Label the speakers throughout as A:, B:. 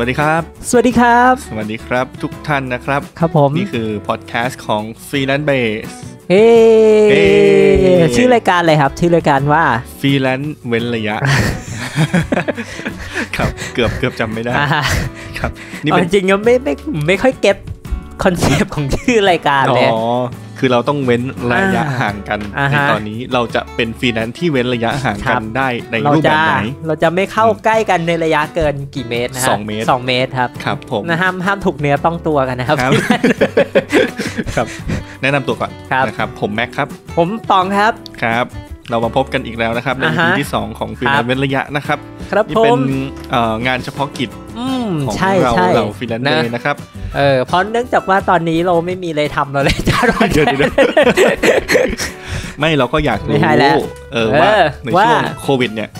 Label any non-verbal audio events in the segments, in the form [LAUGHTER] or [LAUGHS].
A: วัสดีครับ
B: สวัสดีครับ
A: สวัสดีครับทุกท่านนะครับ
B: ครับผม
A: นี่คือพอดแคสต์ของ f r e e l a n c e Base
B: เฮ้
A: เฮ้
B: ชื่อรายการอะไรครับ ชื่อรายการว่า
A: f r e e l a n c e เว้นระ [LAUGHS] ยะ ครับเกือบเกือบจำไม่ได้
B: อ่า
A: ครับนี่
B: เอา
A: เป็
B: จ
A: น
B: ริงๆก็ไม่ไม่ไม่ค่อยเก็ตคอนเซปต์ของชื่อรายการ
A: อ๋
B: เลย
A: อคือเราต้องเว้นระยะ
B: อ่า
A: ห่างกัน
B: อ่า
A: ใน
B: ฮะ
A: ตอนนี้เราจะเป็นฟรีแลนซ์ที่เว้นระยะห่าง
B: ครั
A: กับ นได้ใน
B: เรา
A: รูปแบ
B: จะ
A: บไหน
B: เราจะไม่เข้าใกล้กันในระยะเกินกี่เมตรนะฮะ
A: สองเมตร
B: สองเมตรครับ
A: ครับผม
B: นะห้ามห้ามถูกเนื้อต้องตัวกันนะครับ
A: ครับ ครับ แนะนำตัวก่อน
B: ครับ
A: นะครับผมแม็กครับ
B: ผมตองครับ
A: ครับ เรามาพบกันอีกแล้วนะครับ ใน
B: อ่า
A: EP
B: ฮะ
A: ที่ 2 ของฟรีแล
B: ครั
A: น
B: บ
A: ซ์เว้นระยะนะครับ
B: ครับ
A: นี่
B: ผ
A: เป็น
B: ม
A: เอ่องานเฉพาะกิจ
B: อืม
A: ของ
B: ใช่
A: เรา
B: ใช่
A: เราฟรีแลนซ์
B: นะ
A: เลยนะครับ
B: เออเพราะเนื่องจากว่าตอนนี้เราไม่มีอะไรทำเราเลยจะรอด
A: เดี๋ยวเดี๋ยวเดี๋ยว
B: [LAUGHS]
A: ไม่เราก็อยาก
B: ไม่
A: รู้
B: ใช่แล้ว
A: เออว่า
B: เออ
A: ในช่วง
B: ว่า
A: โควิดเนี่ย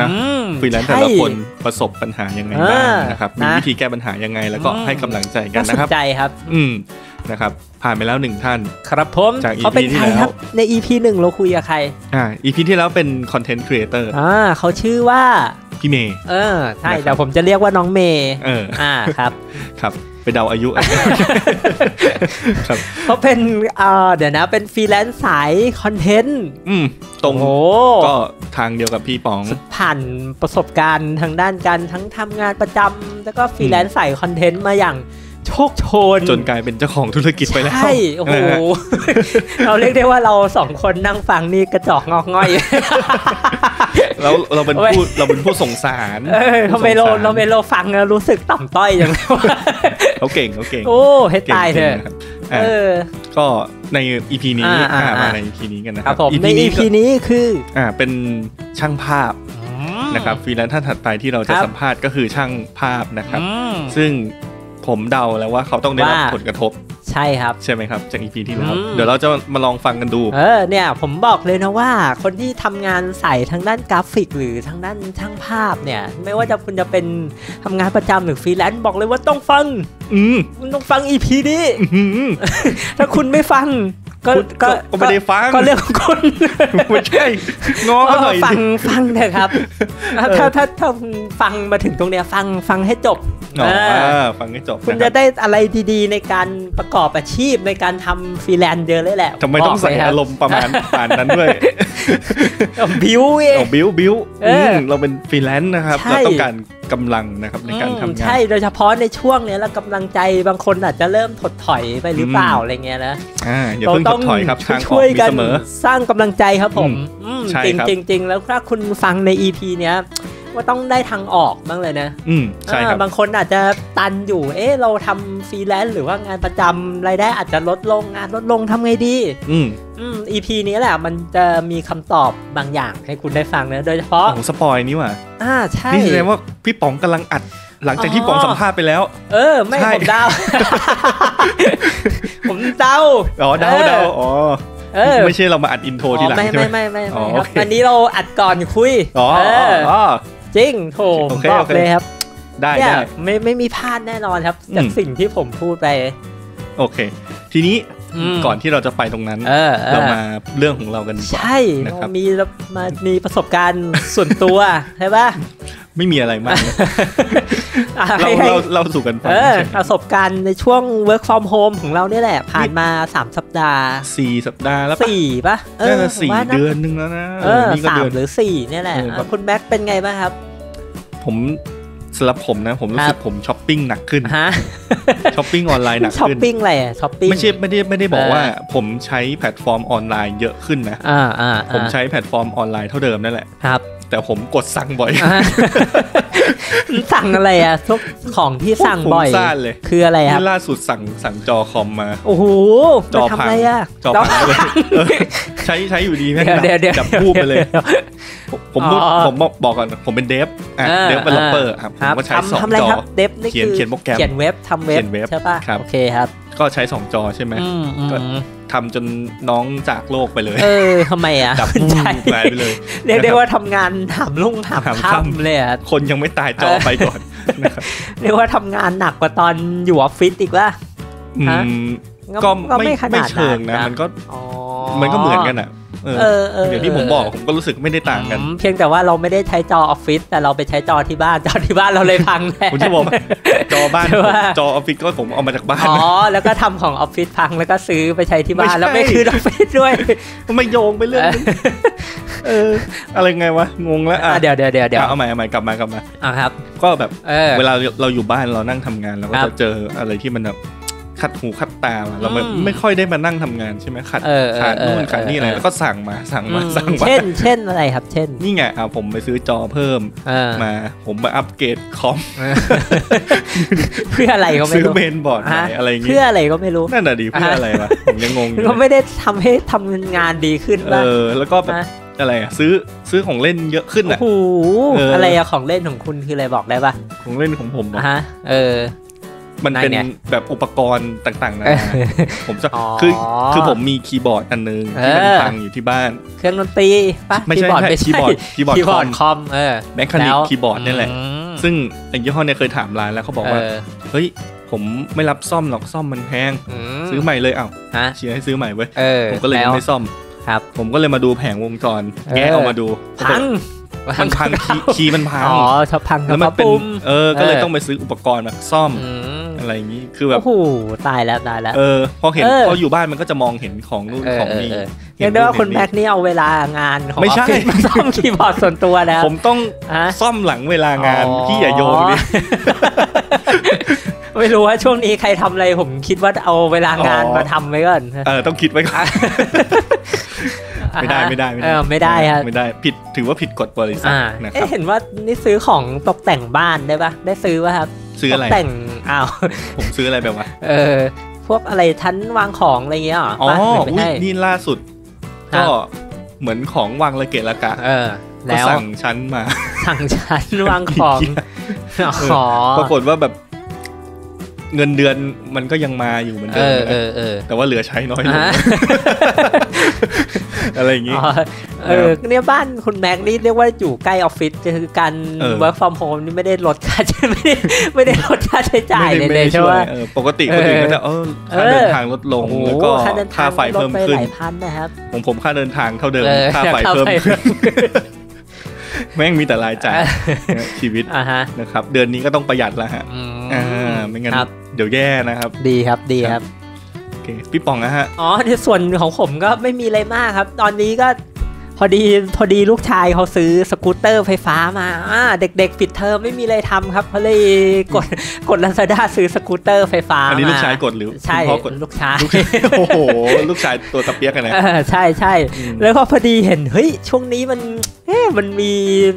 A: นะ
B: อืม
A: ฟรีแลนซ์แต่ละ
B: ใช่
A: คนประสบปัญหายังไงบ้างนะครับ
B: เออ
A: มี
B: นะ
A: วิธีแก้ปัญหายังไงแล้วก็
B: อืม
A: ให้กำลังใจกัน
B: น่าส
A: นะครับ
B: นใจครับ
A: อืมนะครับผ่านไปแล้วหนึ่งท่าน
B: ครับผม
A: จาก
B: เขาเป็น
A: EP
B: ใคร
A: ที่แล้ว
B: ครับใน EP หนึ่งเราคุยกับใคร
A: อ่าอีพีที่แล้วเป็นคอนเทนต์ครีเอเตอร์
B: อ่าเขาชื่อว่า
A: พี่เมย์
B: เออใช่
A: นะครับ
B: เดี๋ยวผมจะเรียกว่าน้องเมย์
A: เออ
B: อ่าครับ
A: ครับไปเดาอายุ [LAUGHS] ครับ
B: เขาเป็นเอ่อเดี๋ยวนะเป็นฟรีแลนซ์สายคอนเทนต์
A: อืมตรง
B: โอ้โห
A: ก็ทางเดียวกับพี่ป๋อง
B: ผ่านประสบการณ์ทางด้านการทั้งทำงานประจำแล้วก็ฟรีแลนซ์สายคอนเทนต์มาอย่างโชคโชน
A: จนกลายเป็นเจ้าของธุรกิจไปแล้ว
B: ใช่โอ้โห
A: นะฮะ
B: เราเรียกได้ว่าเราสองคนนั่งฟังนี่กระจอกงอกง่อย
A: แล้วเราเป็น
B: เว้ย
A: ผู้เราเป็นผู้ส่งสาร
B: เออทำไมเรา
A: ผู้ส่งส
B: ทำไมเราฟังแล้วรู้สึกต่ำต้อยจังเลยวะ
A: เขาเก่งเขาเก่ง
B: โอ้ให้ตายเถ
A: ก่งก่งนะค
B: อะ
A: รับ
B: เอ
A: อ่ะ
B: อ
A: ก็ใน EP นี้
B: อ่าอ่า
A: อ่ามา
B: อ่า
A: ใน EP นี้กันนะ
B: ค
A: ค
B: รั
A: รั
B: บบ ผมใน
A: นี้
B: EP
A: ก็
B: นี้คือ
A: อ่าเป็นช่างภาพ
B: อ
A: นะครับฟรีแลนซ์ท่านถัดไปที่เราจะสัมภาษณ์ก็คือช่างภาพนะครับ
B: อืม
A: ซึ่งผมเดาแล้วว่าเขาต้องได้รับ
B: ว่า
A: ผลกระทบ
B: ใช่ครับ
A: ใช่ไหมครับจาก EP ที่แล้ว
B: อืม
A: เดี๋ยวเราจะมาลองฟังกันดู
B: เออเนี่ยผมบอกเลยนะว่า คนที่ทำงานใส่ทางด้านกราฟิก หรือทางด้านช่างภาพเนี่ย ไม่ว่าจะคุณจะเป็นทำงานประจำหรือฟรีแลนซ์บอกเลยว่าต้องฟัง
A: อืม
B: คุณต้องฟัง EP นี้
A: อื้อหือ
B: ถ้าคุณไม่ฟัง ก็
A: คุณ
B: ก็
A: ก็ไม่ได้ฟัง
B: ก็เรื่องของคุณ
A: ไม่ใช่งอ
B: เอ
A: เขาหน่
B: อ
A: อย
B: ฟั
A: สิ
B: งฟังเถอะครับถ้าถ้าถ้าถ้าฟังมาถึงตรงเนี้ยฟังฟังให้จบ
A: อ๋อ
B: เออ
A: อ่าฟังให้จบ
B: คุ
A: น
B: ณ
A: รับ
B: จะได้อะไรดีๆ ในการประกอบอาชีพในการทำฟรีแลนซ์เยอะเลยแหละ
A: ทำไมต้องใส่อารมณ์ประมาณ [LAUGHS] ป่านนั้นด้วย
B: บิวเอง
A: เอาบิ้วบิ้ว
B: เอออื
A: มเราเป็นฟรีแลนซ์นะครับ
B: ใช่
A: เราต้องการกำลังนะครับในการทำ
B: อืม
A: งา
B: ใช่
A: น
B: โดยเฉพาะในช่วงเนี้ยแล้วกำลังใจบางคนอาจจะเริ่มถดถอยไปหรือเปล่า
A: อืม
B: อะไรเงี้ยนะ
A: อ่าอย่าเพิ่งถดถอยครับทางออ
B: ช่
A: ก
B: วย
A: มี
B: กัน
A: เสมอ
B: สร้างกำลังใจครับผมอืม
A: ใช่
B: จริง
A: ครับ
B: จริงจริงๆแล้วถ้าคุณฟังใน EP เนี้ยว่าต้องได้ทางออกบ้างเลยนะ
A: อืมใช่ครับ
B: เออบางคนอาจจะตันอยู่ เอ๊ะเราทำฟรีแลนซ์หรือว่างานประจำรายได้อาจจะลดลงงานลดลงทำไงดี
A: อืม
B: อืม EP นี้แหละมันจะมีคำตอบบางอย่างให้คุณได้ฟังนะโดยเฉพาะ
A: โอ้โหสปอยนี่หว่า
B: อ่าใช่
A: นี่แสดงว่าพี่ป๋องกำลังอัด หลังจากที่
B: อ๋อ
A: ป๋องสัมภาษณ์ไปแล้ว
B: เออ ไม่
A: ใช่
B: ผม
A: [LAUGHS]
B: เดา ผมเดา
A: อ๋อเดา
B: เออ
A: เดาอ๋อ
B: เออ
A: ไม่ใช่เรามาอัดอินโทรทีหลัง
B: อ๋อไม่
A: ใช่ไหม
B: ไม่ไม่ไม่
A: อ๋อ
B: ไม่ค
A: โอ
B: รับ
A: เค
B: อันนี้เราอัดก่อนคุย
A: อ๋อ
B: เอ
A: อ๋
B: อ
A: ออ๋อ
B: จริงโถผ
A: โอ
B: ม
A: เค
B: บอก
A: โอเค
B: เลยครับ
A: ได้
B: เนี่ย
A: ได้
B: ไม่ไม่มีพลาดแน่นอนครับจาก
A: อืม
B: สิ่งที่ผมพูดไป
A: โอเค ทีนี้
B: อืม
A: ก่อนที่เราจะไปตรงนั้น
B: เออออ
A: เรามาเรื่องของเรากันดีกว่า
B: ใช่
A: นะ
B: เรา
A: ครับ
B: มีเรามามีประสบการณ์ส่วนตัว [LAUGHS] ใช่ปะ
A: ไม่มีอะไรมากนะ
B: อ่ะ
A: เรา
B: [LAUGHS] ให้ให้
A: เราเราสู่กันฟัง
B: เออ
A: เฉย
B: ประสบการณ์ในช่วง work from home ของเราเนี่ยแหละ ผ่านมา 3 สัปดาห์
A: สี่สัปดาห์แล้วปะ
B: สี่ปะเอ
A: น่า
B: อ
A: จะสี่
B: ผมว่าะ
A: เดือนหนึงแล้วนะ
B: เออ
A: นี่ก็
B: สา
A: เดื
B: ม
A: อน
B: หรือสี่เนี่ยแหละ
A: เออครับ
B: อ่ะคุณแม็กเป็นไงบ้างครับ
A: ผมสำหรับผมนะ ผมรู้
B: ครั
A: สึก
B: บ
A: ผมช้อปปิ้งหนักขึ้น
B: ฮะ
A: ช้อปปิ้งออนไล
B: [LAUGHS]
A: น์หนัก
B: ช้อป
A: ขึ้น
B: ปิ้งอะไรช้อปปิ้ง
A: ไม่ใช่ไม่ได้ไม่ได้บอก
B: เออ
A: ว่าผมใช้แพลตฟอร์มออนไลน์เยอะขึ้นนะ
B: อ่าอ่าอ่า
A: ผมใช้แพลตฟอร์มออนไลน์เท่าเดิมนั่นแหละ
B: ครับ
A: แต่ผมกดสั่งบ่อย
B: อ่าสั่งอะไรอ่ะทุกของที่สั่งบ่อย
A: ผมซ่านเลย
B: คืออะไรครับ
A: นี่ล่าสุดสั่งสั่งจอคอมมา
B: โอ้โห
A: จอ
B: มันทำ
A: พัง
B: อะไรอ่ะ
A: จอพังเลยเออใช้ใช้อยู่ดีแม่ง
B: เดี๋ยวเดี๋ยว
A: ดับดับวูบไปเลย
B: เดี๋ยว
A: ผมผมพูด
B: อ๋อ
A: ผมบอกบอกก่อนผมเป็นเดฟอ่ะ
B: เออ
A: เดฟเป็นล็อปเปอร์
B: เออ
A: ครับผ
B: ค
A: ม
B: รับ
A: ก็ใช้สอง
B: ทำทำอะไร
A: จอ
B: ครับเดฟนี่
A: เขียน
B: คือ
A: เขียนโปรแกรม
B: เขียนเว็บทำเว็
A: เขีย
B: บ
A: นเว็บ
B: ใช่ป่ะ
A: ครับ
B: โอเคครับ
A: ก็ใช้สองจอใช่ไหม
B: อืมอืม
A: ก็ ทำจนน้องจากโลกไปเลย
B: เออทำไมอ่ะ
A: ดับ
B: ใช่
A: หายไปเลย
B: เรียกได้ว่าทำงานหามลุ่งหาม
A: หามค่ำ
B: ค่ำเลยอ่ะ
A: คนยังไม่ตายจอ
B: เออ
A: ไปก่อนนะครับ
B: เรียกว่าทำงานหนักกว่าตอนอยู่ออฟฟิศอีกว่า ฮะ
A: อืมก็ไม่ไม่เชิงนะ มันก็
B: อ๋อ
A: มันก็เหมือนกันอ่ะ เออ
B: เออเออ
A: อย่างที่ผมบอกผมก็รู้สึกไม่ได้ต่างกัน
B: อืมเพียงแต่ว่าเราไม่ได้ใช้จอออฟฟิศแต่เราไปใช้จอที่บ้านจ [LAUGHS] อที่บ้านเราเลยพังแน่
A: ผมจะบอกว่าจอบ้าน
B: ใช่ปะ
A: ผมจอออฟฟิศก็ผมเอามาจากบ้าน
B: อ๋อ
A: นะ
B: แล้วก็ทำของออฟฟิศพังแล้วก็ซื้อไปใช้ที่บ้า
A: ไม่
B: น
A: ใช่
B: แล้วไม่คืนออฟฟิศด้วย
A: ทำไมโยงไปเรื่องนั้นเออ อะไรไงวะงงแล้วอ่ะ
B: อ่ะเดี๋ยวเดี๋ยวเดี๋ยวเดี๋ยว
A: อ่ะเอาใหม่เอาใหม่กลับมากลับมา
B: อ่ะครับ
A: ก็แบบ
B: เออ
A: เวลาเราอยู่บ้านเรานั่งทำงานเราก็
B: ครั
A: จะ
B: บ
A: เจออะไรที่มันแบบขัดหูขัดตามาเราไม่
B: อืม
A: ไม่ค่อยได้มานั่งทำงานใช่ไหมขัด
B: เออเออ
A: ขาดนู่น
B: เออ
A: ขาดนี่อะไร
B: เออ
A: แล้วก็สั่งมาสั่งมาสั่ง
B: อืม
A: มา
B: เช่นเช่นอะไรครับ เช่น
A: นี่ไงอ่ะผมไปซื้อจอเพิ่ม
B: เออ
A: มา ผมมาอัปเกรดคอม
B: เพื่ออะไรก็ไม่
A: ซื้อ
B: รู้
A: เมนบอร์ดใหม่
B: ฮะ
A: อะไรอย่างงี้
B: เพื่ออะไรก็ไม่รู้
A: นั่นน่ะดีเพื่ออะไรวะผมยังงงอยู่
B: ก็
A: เลย
B: ไม่ได้ทำให้ทำงานดีขึ้น
A: เอ
B: บ้าง
A: อแล้วก็แบบ
B: ฮะ
A: อะไรอ่ะซื้อซื้อของเล่นเยอะขึ้น
B: โอ้
A: อ่ะ
B: โห
A: เอออ
B: อะไรอะของเล่นของคุณคืออะไรบอกได้ปะ
A: ของเล่นของผมอะ
B: อ่ะฮะ เออ
A: มันเป็น
B: ไหนเนี่ย
A: แบบอุปกรณ์ต่างๆนา
B: เอ
A: นา
B: อ
A: ผมจะ
B: อ๋อ
A: คือคือผมมีคีย์บอร์ดอันนึงที่มัน
B: เออ
A: พังอยู่ที่บ้าน
B: เครื่องดนตรีปะ
A: ไม่ใช่
B: คีย์บอร์ด
A: ไม่
B: ไม่
A: ใช่
B: ใช่
A: คีย์บ
B: [LAUGHS]
A: อร์ด
B: คีย์บอร์ด
A: คอม
B: คอมเออ
A: แมคคานิก
B: แล้ว
A: คีย์บอร์ดนี่แหละ
B: ม
A: ซึ่งไอ้ยี่ห้อเนี่ยเคยถามร้านแล้วเขาบอกว่า
B: เ
A: เฮ้ย ผมไม่รับซ่อมหรอกซ่อมมันแพง
B: ม
A: ซื้อใหม่เลยเอ้า
B: ฮะ
A: เชียร์ให้ซื้อใหม่เว้ย
B: เออ
A: ผมก็เลย
B: แล้ว
A: ไม่ซ่อม
B: ครับ
A: ผมก็เลยมาดูแผงวงจร แงะออกมาดู
B: พัง
A: มันพังคีย์คีย์มันพัง
B: อ๋อชอบพังครั
A: แล้
B: บ
A: วมันเป็น
B: ปุ่ม
A: เออ ก็เลยต้องไปซื้ออุปกรณ์มาซ่อม
B: อืม
A: อะไรอย่างนี้คือแบบ
B: โอ้โหตายแล้วตายแล้ว
A: เออ พอเห็น
B: เออ
A: พออยู่บ้านมันก็จะมองเห็นของนู่น
B: เออ
A: ของ
B: เออ
A: นี่
B: เออ
A: เห็
B: เรีย
A: น
B: กได้ว่า
A: นู่น
B: คุณ
A: เห็นนี่
B: แม็กนี่เอาเเวลางานของอ
A: ไม่
B: อฟ
A: ใช่
B: ฟิศมาซ่อมคีย์บอร์ดส่วนตัวนะ
A: ผมต้อง
B: ฮะ
A: ซ่อมหลังเวลางานพี่อย่าโยง
B: [LAUGHS]
A: ดิ
B: ไม่รู้ว่าช่วงนี้ใครทำอะไรผมคิดว่าเอาเวลางาน
A: อ๋อ
B: มาทำไว้ก่อน
A: เออต้องคิดไว้ก่อนไม่ได้ไม่ได้
B: เออไม่ได้ครับ
A: ไม่ได้ผิดถือว่าผิดกฎบริษัท
B: อ่า
A: นะค
B: เอ๊ะ
A: รับ
B: เห็นว่านี่ซื้อของตกแต่งบ้านได้ปะได้ซื้อปะครับ
A: ซื้ออะไร
B: ตกแต่งอ้าว
A: ผมซื้ออะไรแบบว่า
B: เออ พวกอะไรชั้นวางของอะไรเงี้ยเหรอ
A: อ๋อ
B: ปะหรือ
A: อุ๊ย
B: ไม่ใช่
A: นี่ล่าสุด
B: ครับ
A: ก็เหมือนของวางระเกะระกะ
B: เออ
A: ก็
B: แล้ว
A: สั่งชั้นมา
B: สั่งชั้นวางของ
A: เหี้ย
B: อ๋อ
A: ปรากฏว่าแบบ เงินเดือนมันก็ยังมาอยู่เหมือน
B: เอ
A: เดิม
B: อเอ
A: นะ
B: อเออ
A: แต่ว่าเหลือใช้น้อยลง
B: ฮะ
A: อะไรอย่างงี้
B: อ๋อเออเนี่ยบ้านคุณแม็กนี่เรียกว่าอยู่ใกล้ออฟฟิศคือการ
A: เออ
B: work from home นี่ไม่ได้ลดค่าใช้ [LAUGHS] ไม่ได้ไม่ได้ลดค่าใช้จ่าย
A: ไม่ได้
B: เลย
A: ไม่
B: เล
A: ได้
B: ยใช่
A: ช่วย
B: ปะ
A: เออปกติคนอื่นก็จะเออ
B: เออ
A: ค่าเดินทางลดลง
B: โอ้โห
A: แล้วก็
B: ค่าเดินทาง
A: ค่าไฟ
B: ลด
A: เพิ่ม
B: ไป
A: ขึ้
B: ห
A: น
B: ลายพันนะครับ
A: ของผมค่าเดินทางเท่าเดิม
B: ออ
A: ค่าไฟเพิ่ม
B: ค่า
A: ขึ้น [LAUGHS] แม่งมีแต่รายจ่ายนะชีวิต
B: อ่าฮะ
A: นะครับ เดือนนี้ก็ต้องประหยัดแล้วฮะ
B: อืม
A: อ่าไม่งั้น
B: ครับ
A: เดี๋ยวแย่นะครับ
B: ดีครับดีครับ
A: โอเคพี่ป๋องนะฮะ
B: อ๋อในส่วนของผมก็ไม่มีอะไรมากครับ ตอนนี้ก็พอดีพอดีลูกชายเขาซื้อสกูตเตอร์ไฟฟ้ามาอ่าเด็กๆปิดเทอมไม่มีอะไรทำครับเขาเลยกดกดลาซาด้าซื้อสกูตเตอร์ไฟฟ้า
A: อันนี้ลูกชาย
B: ม
A: กดหรือ
B: ใช่
A: คุณพ่อก
B: [LAUGHS]
A: ด
B: ลูกชาย
A: ลูกชายโอ้โห ลูกชายตัวตะเปียกกันนะ
B: เออ [LAUGHS] ใช่ใช่
A: อืม
B: แล้วก็พอดีเห็นเฮ้ยช่วงนี้มันเอ๊ะมันมี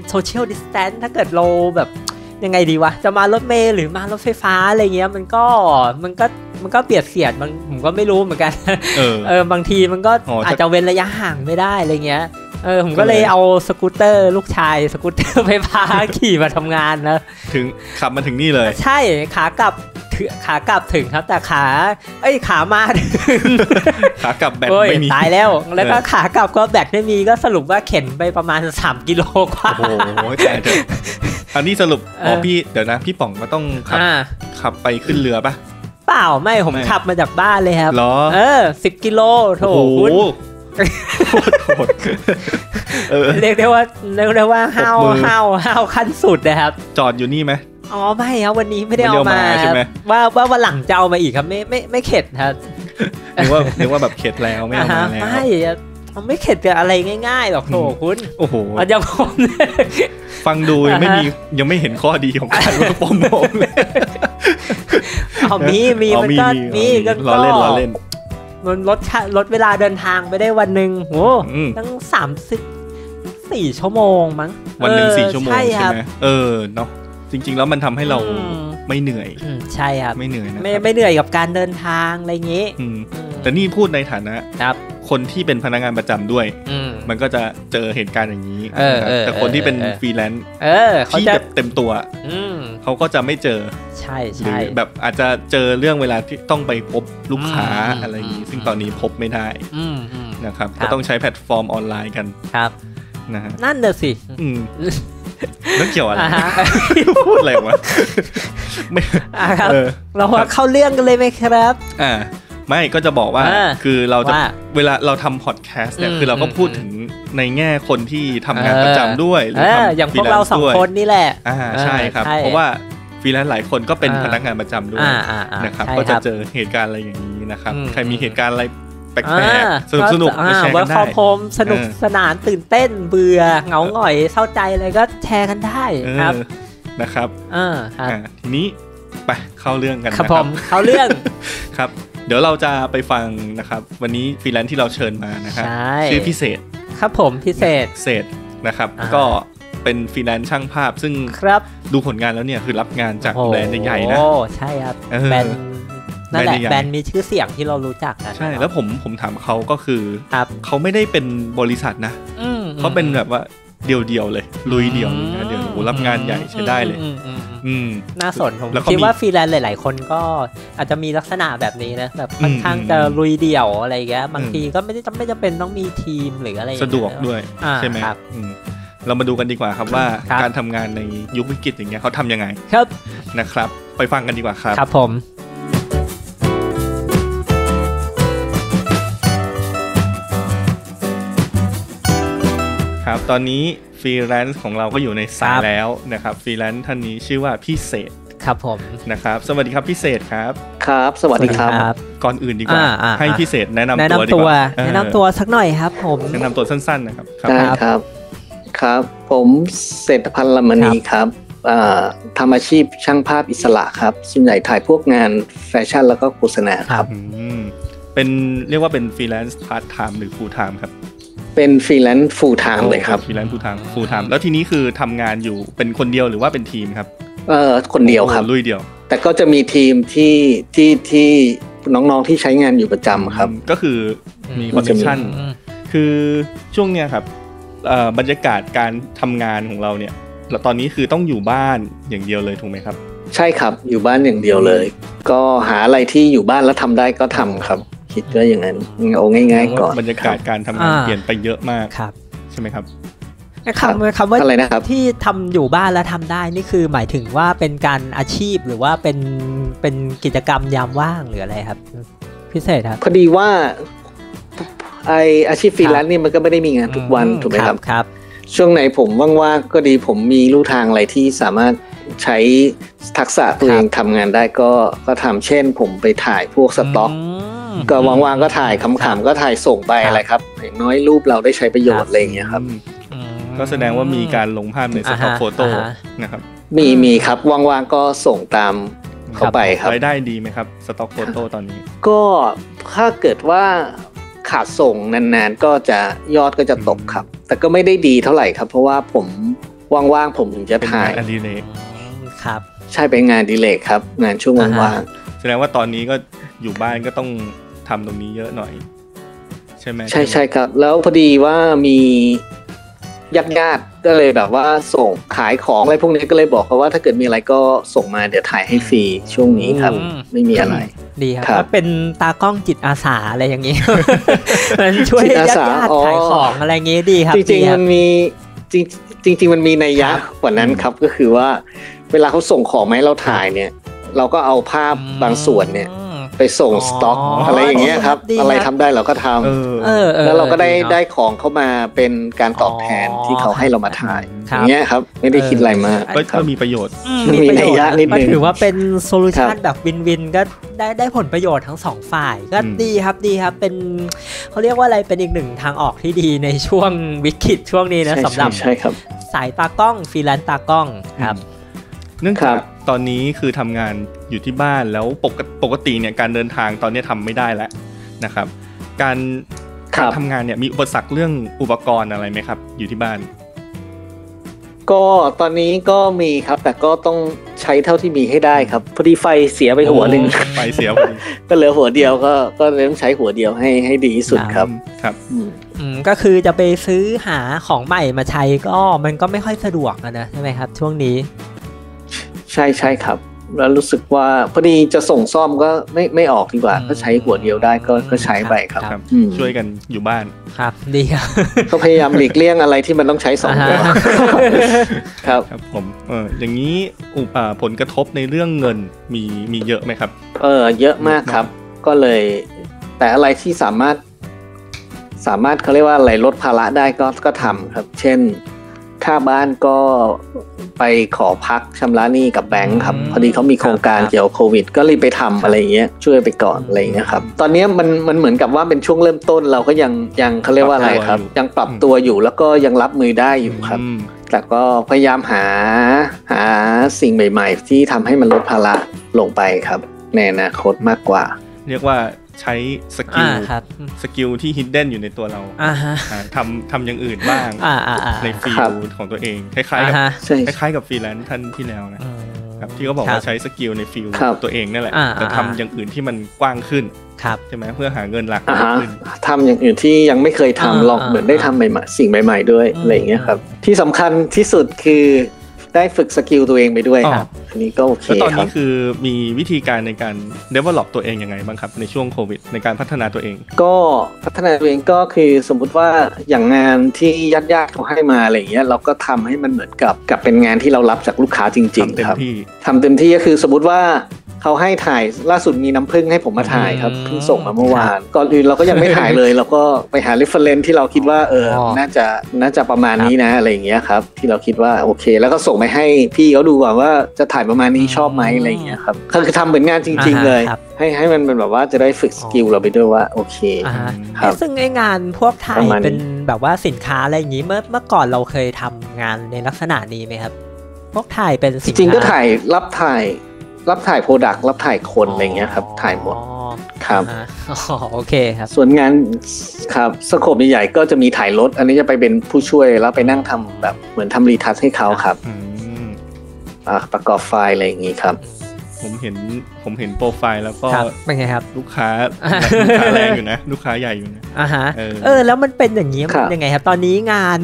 B: โซเชียลดิสแตนถ้าเกิดเราแบบยังไงดีวะ จะมารถเมล์หรือมารถไฟฟ้าอะไรเงี้ยมันก็มันก็มันก็เบียดเสียดมันผมก็ไม่รู้เหมือนกัน [LAUGHS]
A: เออ
B: เออบางทีมันก็
A: อ๋อจะ
B: อาจจะเว้นระยะห่างไม่ได้อะไรเงี้ยเออผม
A: ก็
B: ก็
A: เล
B: เลย ยเอาสกูตเตอร์ ลูกชายสกูตเตอร์ไฟฟ้า [LAUGHS] ขี่มาทำงานนะ
A: ถึงขับมาถึงนี่เลย
B: ใช่ขากลับถึงขากลับถึงครับแต่ขา เอ้ยขา [LAUGHS] มาถึง
A: ขากลับแบต
B: โอ้ย
A: ไม่มี
B: ตายแล้ว แล้วก็
A: เออ
B: ขากลับก็แบตไม่มีก็สรุปว่าเข็นไปประมาณ 3 กิโลกว่า
A: โอ้โหตายเถอะอันนี้
B: [LAUGHS]
A: สรุปอ๋อพี่เดี๋ยวนะ พี่ป๋องก็ต้องขับ
B: อ่า
A: ขับไปขึ้นเรือปะ
B: เปล่าไม่ผม
A: ไม่
B: ขับมาจากบ้านเลยครับ
A: เหรอ
B: เออสิบกิโลโถ
A: โอ้โห
B: คุณ
A: โคตรโหดเออ
B: เรียกได้ว่าเรียกได้ว่าห้าว
A: ปรบมือ
B: ห้าวห้าวขั้นสุดนะครับ
A: จอดอยู่นี่ไหม
B: อ๋อไม่ครับวันนี้ไม่ได้
A: ไม่ได้เอา
B: เอา
A: มา
B: มา
A: ใช่ไหม
B: ว่าว่าวันหลังจะเอามาอีกครับไม่ไม่ไม่เข็ดครับ
A: นึกว่านึกว่าแบบเข็ดแล้วไม่เอามาแล้
B: อ่
A: ว
B: ฮะไม่ครับมันไม่เข็ดกับอะไรง่ายๆหรอกโถ
A: อืม
B: คุณ
A: โอ้โห
B: อาจจะผมเนี่ย
A: ฟังดูยังไม่มียังไม่เห็นข้อดีของการว่าโปรโมทเลย
B: เอามีมี
A: อ๋อ
B: มันก็มี
A: อ๋อล้
B: ก็
A: อเล่นล้อเล่น
B: มันลดค่าลดเวลาเดินทางไปได้วันหนึ่งโห
A: อืม
B: ตั้งสามสิบสี่ชั่วโมงมั้ง
A: วันหนึ่ง
B: เออ
A: สี่ชั่วโมง
B: ใช่
A: ใช่
B: ครับ
A: ไหมเออเนาะจริง ๆ แล้วมันทำให้เรา
B: อืม
A: ไม่เหนื่อย
B: อืมใช่ครับ
A: ไม่เหนื่อยนะ
B: ไม่
A: ครับ
B: ไม่เหนื่อยกับการเดินทางอะไรอย่างงี้
A: อืม
B: อืม
A: แต่นี่พูดในฐานะ
B: ครับ
A: คนที่เป็นพนักงานประจำด้วย
B: อืม
A: มันก็จะเจอเหตุการณ์อย่างนี้
B: เออ
A: นะครับ
B: เออ
A: แต่คนที่เป็น
B: เออเออ
A: ฟรีแลนซ์
B: เออเขา
A: ที่
B: จะ
A: แบบเต็มตัว
B: อืม
A: เขาก็จะไม่เจอ
B: ใช่
A: หรือ
B: ใช่
A: แบบอาจจะเจอเรื่องเวลาที่ต้องไปพบลูกค้า
B: อืม
A: อะไรอย่างนี้
B: อืม
A: ซึ่งตอนนี้พบไม่ได้
B: อืมอืม
A: นะครับ
B: ครับ
A: ก็ต้องใช้แพลตฟอร์มออนไลน์กัน
B: ครับ
A: นะฮะ
B: นั่นเด้อสิ
A: อืมแล้วเกี่ยวอะไร
B: อ่าฮะ
A: พูดอะไรวะไม่
B: อ่าครับ
A: เออ
B: เราว่าเข้าเรื่องกันเลยไหมครับ
A: อ่า ไม่ก็จะบอกว่า
B: อ่า
A: คือเราจะ
B: ว่า
A: เวลาเราทำพอดแคสต์เนี่ย
B: อืม
A: คือเราก็พูด
B: อืม
A: ถึงในแง่คนที่ทำงาน
B: เออ
A: ประจำด้วยหรื
B: เอ
A: อ
B: อ
A: ทำ
B: อย่างพ
A: ฟรี
B: วก
A: แลน
B: เรา
A: ซ์
B: สอง
A: ด้วย
B: คนนี่แหละ
A: อ่าใช่ครับ
B: ใช่
A: เพราะว่าฟรีแลนซ์หลายคนก็เป็น
B: อ่า
A: พนักงานประจำด้วย
B: อ่าอ่าอ่า
A: นะครับ
B: ใช่
A: ก็จะ
B: รับ
A: เจอเหตุการณ์อะไรอย่างนี้นะครับ
B: อืม
A: ใครมีเหตุการณ์อะไรแปล
B: อ่าก
A: ๆสนุกสนุก
B: อ่า
A: มาแชร์
B: เวิ
A: กัน
B: ร์ก
A: ได้
B: ฟอร์มโฮมสนุก
A: เออ
B: สนานตื่นเต้นเบื่อเหงาหงอยเศร้าใจอะไรก็แชร์กันได้
A: เอ
B: ค
A: อ
B: รับ
A: นะครับ
B: เออครับ
A: อ่าทีนี้ไปเข้าเรื่องกัน
B: ครับ
A: นะ
B: ผ
A: ครับ
B: มเขาเรื่อง
A: ครับเดี๋ยวเราจะไปฟังนะครับ วันนี้ฟรีแลนซ์ที่เราเชิญมานะครับ
B: ใช่
A: ชื่อพิเศษ
B: ครับผมพิเศษ
A: เศษนะครับ
B: อ่า
A: ก็เป็นฟรีแลนซ์ช่างภาพ ซึ่ง
B: ครับ
A: ดูผลงานแล้วเนี่ยคือรับงานจาก
B: โอ้โ
A: แบรนด์ใหญ่ๆนะ
B: โอ้ใช่ครับ
A: เออ
B: แบรนด์นั่นแหละ
A: แบรนด์ใหญ่
B: แบรนด์มีชื่อเสียงที่เรารู้จักนะ
A: ใช่แล้วผมผมถามเขาก็คือ
B: ครับ
A: เขาไม่ได้เป็นบริษัทนะ
B: อืม
A: เขาเป็นแบบว่าเดียวๆเลย ลุยเดียวเลยนะเดี๋ยวโอ้โหรับงานใหญ่ใช้ได้เลย
B: อืมอืมอืม
A: อืม
B: น่าสนผม
A: แล้วก็
B: คิด
A: มี
B: ว่าฟรีแลนซ์หลาย ๆ คนก็อาจจะมีลักษณะแบบนี้นะแบบค่อนข้าง
A: อืม
B: จะลุยเดี่ยวอะไรอย่างเงี้ยบาง
A: อืม
B: ทีก็ไม่ได้จำไม่จำเป็นต้องมีทีมหรืออะไรอย่าง
A: สะด
B: เงี้ย
A: วกด้วย
B: อ่า
A: ใช่ไหม
B: ครับ
A: อืมเรามาดูกันดีกว่าครับว่า
B: ครับ
A: การทำงานในยุควิกฤตอย่างเงี้ยเขาทำยังไง
B: ครับ
A: นะครับ ไปฟังกันดีกว่าครับ
B: ครับผม
A: ครับ ตอนนี้ฟรีแลนซ์ของเราก็อยู่ในสาย
B: ครับ
A: แล้วนะครับฟรีแลนซ์ท่านนี้ชื่อว่าพิเศษ
B: ครับผม
A: นะครับ สวัสดีครับพิเศษครับ
C: ครับ สวัสดีครับ
B: ครับ
A: ก่อนอื่นดีกว่า
B: อ่าอ่า
A: ให้พิเศษแนะนำตัวน
B: แนะำ
A: ดี
B: ตั
A: ก
B: ว
A: ว่าเออ
B: แนะนำตัวสักหน่อยครับผม
A: แนะนำตัวสั้นๆนะครับครับ
C: ได้ครับ ครับ ผมเศรษฐพันธ์ลำมณีครับอ่าทำอาชีพช่างภาพอิสระครับ ส่วนใหญ่ถ่ายพวกงานแฟชั่นแล้วก็โฆษณา
B: ค
C: ค
B: รั
C: รับ บ
A: อืมเป็นเรียกว่าเป็นฟรีแลนซ์พาร์ทไทม์หรือฟูลไทม์ครับ
C: เป็นฟรีแลนซ์ฟูลไทม์เลยครับ
A: ฟรีแลนซ์ฟูลไทม์ฟูลไทม์แล้วทีนี้คือทำงานอยู่เป็นคนเดียวหรือว่าเป็นทีมครับ
C: เอ่อคนเดียวครับ
A: โอ้ลุยเดียว
C: แต่ก็จะมีทีมที่ที่ที่น้องๆที่ใช้งานอยู่ประจำครับ
A: ก็คือมีคอนเนคชั่น
B: อืม
A: คือช่วงเนี้ยครับเอ่อบรรยากาศการทำงานของเราเนี่ยแล้วตอนนี้คือต้องอยู่บ้านอย่างเดียวเลยถูกไหมครับ
C: ใช่ครับ อยู่บ้านอย่างเดียวเลย ก็หาอะไรที่อยู่บ้านแล้วทำได้ก็ทำครับ คิดว่าอย่างนั้นเอาง่าย ๆ ก่อน
A: บรรยากาศการทำงาน
B: อ่า
A: เปลี่ยนไปเยอะมาก
B: ครับ
A: ใช่ไหมครับ
B: คำคำว่า
C: อะไรนะครับ
B: ที่ทำอยู่บ้านแล้วทำได้นี่คือหมายถึงว่าเป็นการอาชีพหรือว่าเป็นเป็นกิจกรรมยามว่างหรืออะไรครับ พิเศษครับ
C: พอดีว่าไออาชีพฟรีแลนซ์เนี่ยมันก็ไม่ได้มีงานทุกวัน
B: อื
C: ถูกไหมครับ
B: ครับ
C: ช่วงไหนผมว่างๆก็ดีผมมีลู่ทางอะไรที่สามารถใช้ทักษะตัวเองทำงานได้ก็ก็ทำเช่น ผมไปถ่ายพวกสต็อก
B: ม
C: ก็ว่างๆก็ถ่ายขำๆก็ถ่ายส่งไป
B: ครับ
C: อะไรครับอย่างน้อยรูปเราได้ใช้ประโยช
B: ครับ
C: น์อะไรอย่างเงี้ยครับ
A: อืมก็แสดงว่ามีการลงภาพในสต็อก
B: อ่าฮะ
A: โฟโต้
B: อ่าฮะ
A: นะครับ
C: มีมีครับว่างๆก็ส่งตามเข้าไปครับ
A: รายได้ดีไหมครับสต็อกโฟโต้ตอนนี้
C: ก็ถ้าเกิดว่าขาดส่งนานๆ ก็จะยอดก็จะตกครับ แต่ก็ไม่ได้ดีเท่าไหร่ครับ เพราะว่าผมว่างๆผมถึงจะ
A: เป็น
C: ถ่าง
A: าย นอดิเรก
B: ครับ
C: ใช่เป็นงานดีเลกครับ งานช่วง
B: อ่า
C: ว่าง
B: ฮะ
A: แสดงว่าตอนนี้ก็อยู่บ้านก็ต้องทำตรงนี้เยอะหน่อย ใช่ไหม
C: ๆใช่ใช่ครับ แล้วพอดีว่ามีญาติญาติๆก็เลยแบบว่าส่งขายของอะไรพวกนี้ก็เลยบอกเขาว่าถ้าเกิดมีอะไรก็ส่งมาเดี๋ยวถ่ายให้ฟรีช่วงนี้ครับ
B: อืม
C: ไม่มีอะไร
B: ดีครับ
C: ครับ
B: ถ้าเป็นตากล้องจิตอาสาอะไรอย่าง
C: [LAUGHS]
B: นี้ มันช่วย
C: จิตอา
B: ญา
C: สา
B: ติ
C: อ๋อ
B: ๆขายของอะไรอย่างงี้ดีครับ
C: จริง
B: ดี
C: ๆ
B: ค
C: มั
B: บ
C: นมีจริงจริง ๆ มันมีในยยะกว่านั้นครับก็คือว่า เวลาเขาส่งของมาให้เราถ่ายเนี่ย เราก็เอาภาพบางส่วนเนี่ย ไปส่งสต็อก
B: อ๋ออ
C: อะไรอย่างเงี้ยครับ
B: ดีครับ
C: อะไรทำได้เราก็ทำ
A: เออ
B: เออออ
C: แล้วเราก็ได้
B: นอะ
C: ได้ของเข้ามาเป็นการตอบแทน
B: อ๋อ
C: ที่เขาให้เรามาถ่าย
B: ค
C: อ
B: รับ
C: ย่างเงี้ยครับ ไม่ได้คิดอะไรมาก
A: ก็
C: ครั
A: ก็
C: บ
A: มีประโยชน์
B: อื
C: มี
B: ประโช
C: นัยยะนิดนึง
B: ก็ถือว่าเป็นโซลูชัน
C: ครับ
B: แบบวินวินก็ได้ได้ผลประโยชน์ทั้งสองฝ่ายก็
A: อืม
B: ดีครับดีครับเป็นเขาเรียกว่าอะไรเป็นอีกหนึ่งทางออกที่ดีในช่วงวิกฤตช่วงนี้นะ
C: ใช่
B: สำหรับ
C: ใช่ครับ
B: สายตากล้องฟรีแลนซ์ตากล้องครับ
A: เนื่องจา
C: ค
A: ก
C: รับ
A: ตอนนี้คือทำงานอยู่ที่บ้านแล้วปกติปกติเนี่ยการเดินทางตอนเนี้ยทำไม่ได้แล้วนะครับ การ
C: ค
A: การ
C: รับ
A: ทำงานเนี่ยมีอุปสรรคเรื่องอุปกรณ์อะไรไหมครับ อยู่ที่บ้าน
C: ก็ตอนนี้ก็มีครับ แต่ก็ต้องใช้เท่าที่มีให้ได้ครับพอดีไฟเสียไปหัวหนึ่ง
A: ไฟเสียหัวหนึ่ง
C: ก็เหลือหัวเดียวก็ก็เลยต้องใช้หัวเดียวให้ให้ดีที่สุดครับ
A: ครับ
C: อืม
B: อืมก็คือจะไปซื้อหาของใหม่มาใช้ก็มันก็ไม่ค่อยสะดวกอะนะใช่ไหมครับ ช่วงนี้
C: ใช่ใช่ครับ แล้วรู้สึกว่าพอดีจะส่งซ่อมก็ไม่ไม่ออกดีกว่า
B: อืม
C: ก็ใช้หัวเดียวได้ก็ก็ใช้ไปครับ
B: ค
A: ครับ
C: อืม
A: ช่วยกันอยู่บ้าน
B: ครับ ดีครับ
C: ก็พยายามหลีกเลี่ยงอะไรที่มันต้องใช้สองหัว
B: อ่าฮะ
C: ครับ
A: ครับผมเอออย่างนี้อุปอ่าผลกระทบในเรื่องเงินมีมีเยอะไหมครับ
C: เออเยอะมากครับ ก็เลย แต่อะไรที่สามารถ สามารถเขาเรียกว่าอะไรลดภาระได้ก็ก็ทำครับ เช่นค่าบ้านก็ไปขอพักชำระหนี้กับแบงค์ครับ
A: อืม
C: พอดีเขามีโครงการ
B: ครับ
C: เกี่ยวกับโควิด ก็รีบไปทำอะไรอย่างเงี้ยช่วยไปก่อน
B: อืม
C: อะไรอย่างเงี้ยครับ ตอนเนี้ยมันมันเหมือนกับว่าเป็นช่วงเริ่มต้นเราก็ยังยังเขาเรียกว่าอะไรครับ ยังปรับตัวอยู่แล้วก็ยังรับมือได้อยู่ครับ
A: อืม
C: แต่ก็พยายามหาหาสิ่งใหม่ ๆ ที่ทำให้มันลดภาระลงไปครับ ในอนาคตมากกว่า
A: เรียกว่าใช้สกิ
B: อ่า
A: ล
B: ครับ
A: สกิลที่ hidden อยู่ในตัวเรา
B: อ่าฮะ
A: อ่าทำทำอย่างอื่นบ้าง
B: อ่าอ่าอ่า
A: ในฟิ
C: ครั
A: ล
C: บ
A: ของตัวเองคล้ายๆกับ
B: อ่าฮะ
C: ใช่
A: คล้ายๆกับฟรีแลนซ์ท่านที่แล้วนะ
B: อืม
A: ครับที่เขาบอก
B: ครั
A: ว่าใช้สกิลในฟิล
C: ครับ
A: ตัวเองนั่นแหละ
B: อ่า
A: แต่
B: อ่า
A: ทำอย่างอื่นที่มันกว้างขึ้น
B: ครับ
A: ใช่ไหมเพื่อหาเงินหลัก
C: อ่าฮะ
A: ขึ้น
C: ทำอย่างอื่นที่ยังไม่เคย
B: อ่า
C: ทำลอง
B: อ่า
C: เหมือนได้ทำใหม่ๆสิ่งใหม่ ๆ ด้วย
B: อืม
C: อะไรอย่างเงี้ยครับ ที่สำคัญที่สุดคือได้ฝึกสกิลตัวเองไปด้วยครับ อันนี้ก็โอเค
A: แล้วตอน
C: ครั
A: นี้
C: บ
A: คือมีวิธีการในการ develop ตัวเองยังไงบ้างครับ ในช่วงโควิด ในการพัฒนาตัวเอง
C: ก็พัฒนาตัวเองก็คือสมมุติว่าอย่างงานที่ญาติๆเขาให้มาอะไรอย่างเงี้ยเราก็ทำให้มันเหมือนกับกับเป็นงานที่เรารับจากลูกค้าจริง
A: ทำเต็
C: ๆ
A: ม
C: ครับ
A: ที่
C: ทำเต็มที่ก็คือสมมติว่าเขาให้ถ่ายล่าสุดมีน้ำพึ่งให้ผมมาถ่ายครับ
B: อืม
C: เพิ่งส่งมาเมื่อวานก่อนอื่นเราก็ยังไม่ถ่ายเลย เราก็ไปหาเรฟเฟรนที่เราคิดว่าเออ
B: อ๋อ
C: น่าจะน่าจะประมาณนี้นะอะไรอย่างเงี้ยครับที่เราคิดว่าโอเค แล้วก็ส่งไปให้พี่เขาดูก่อนว่าจะถ่ายประมาณนี้ชอบไหมอะไรอย่างเงี้ยครับก็คือทำเหมือนงานจริง ๆ เลย
B: อ่าครับ
C: ให้ให้มันเป็นแบบว่าจะได้ฝึกสกิลเราไปด้วยว่าโอเค
B: อ่าฮะ
C: ครับ
B: ซึ่งไองานพวกถ่าย
C: ประมาณนี้
B: เป็นแบบว่าสินค้าอะไรอย่างนี้เมื่อเมื่อก่อนเราเคยทำงานในลักษณะนี้ไหมครับ พวกถ่ายเป็น
C: จ
B: สินค้า
C: ริงๆก็ถ่ายรับถ่ายรับถ่ายโปรดักต์รับถ่ายคนอะไรอย่างเงี้ยครับถ่ายหมด
B: อ๋อ
C: ครับ
B: อ่าอ๋อ [LAUGHS] โอเคครับ
C: ส่วนงานครับสโคปใหญ่ๆก็จะมีถ่ายรถ อันนี้จะไปเป็นผู้ช่วยแล้วไปนั่งทำแบบเหมือนทำรีทัชให้เขาครับ
A: อืม
C: อ่ะประกอบไฟล์อะไรอย่างนี้ครับ
A: ผมเห็นผมเห็นโปรไฟล์แล้วก็
B: ครับเป็นไงครับ
A: ลูกค้าลูกค้าแรงอยู่นะ ลูกค้าใหญ่อยู่นะ
B: อ่าฮะ
A: เออ
B: เออ แล้วมันเป็นอย่างนี้
C: ค
B: มั
C: รั
B: น
C: บ
B: ยังไงครับ ตอนนี้งาน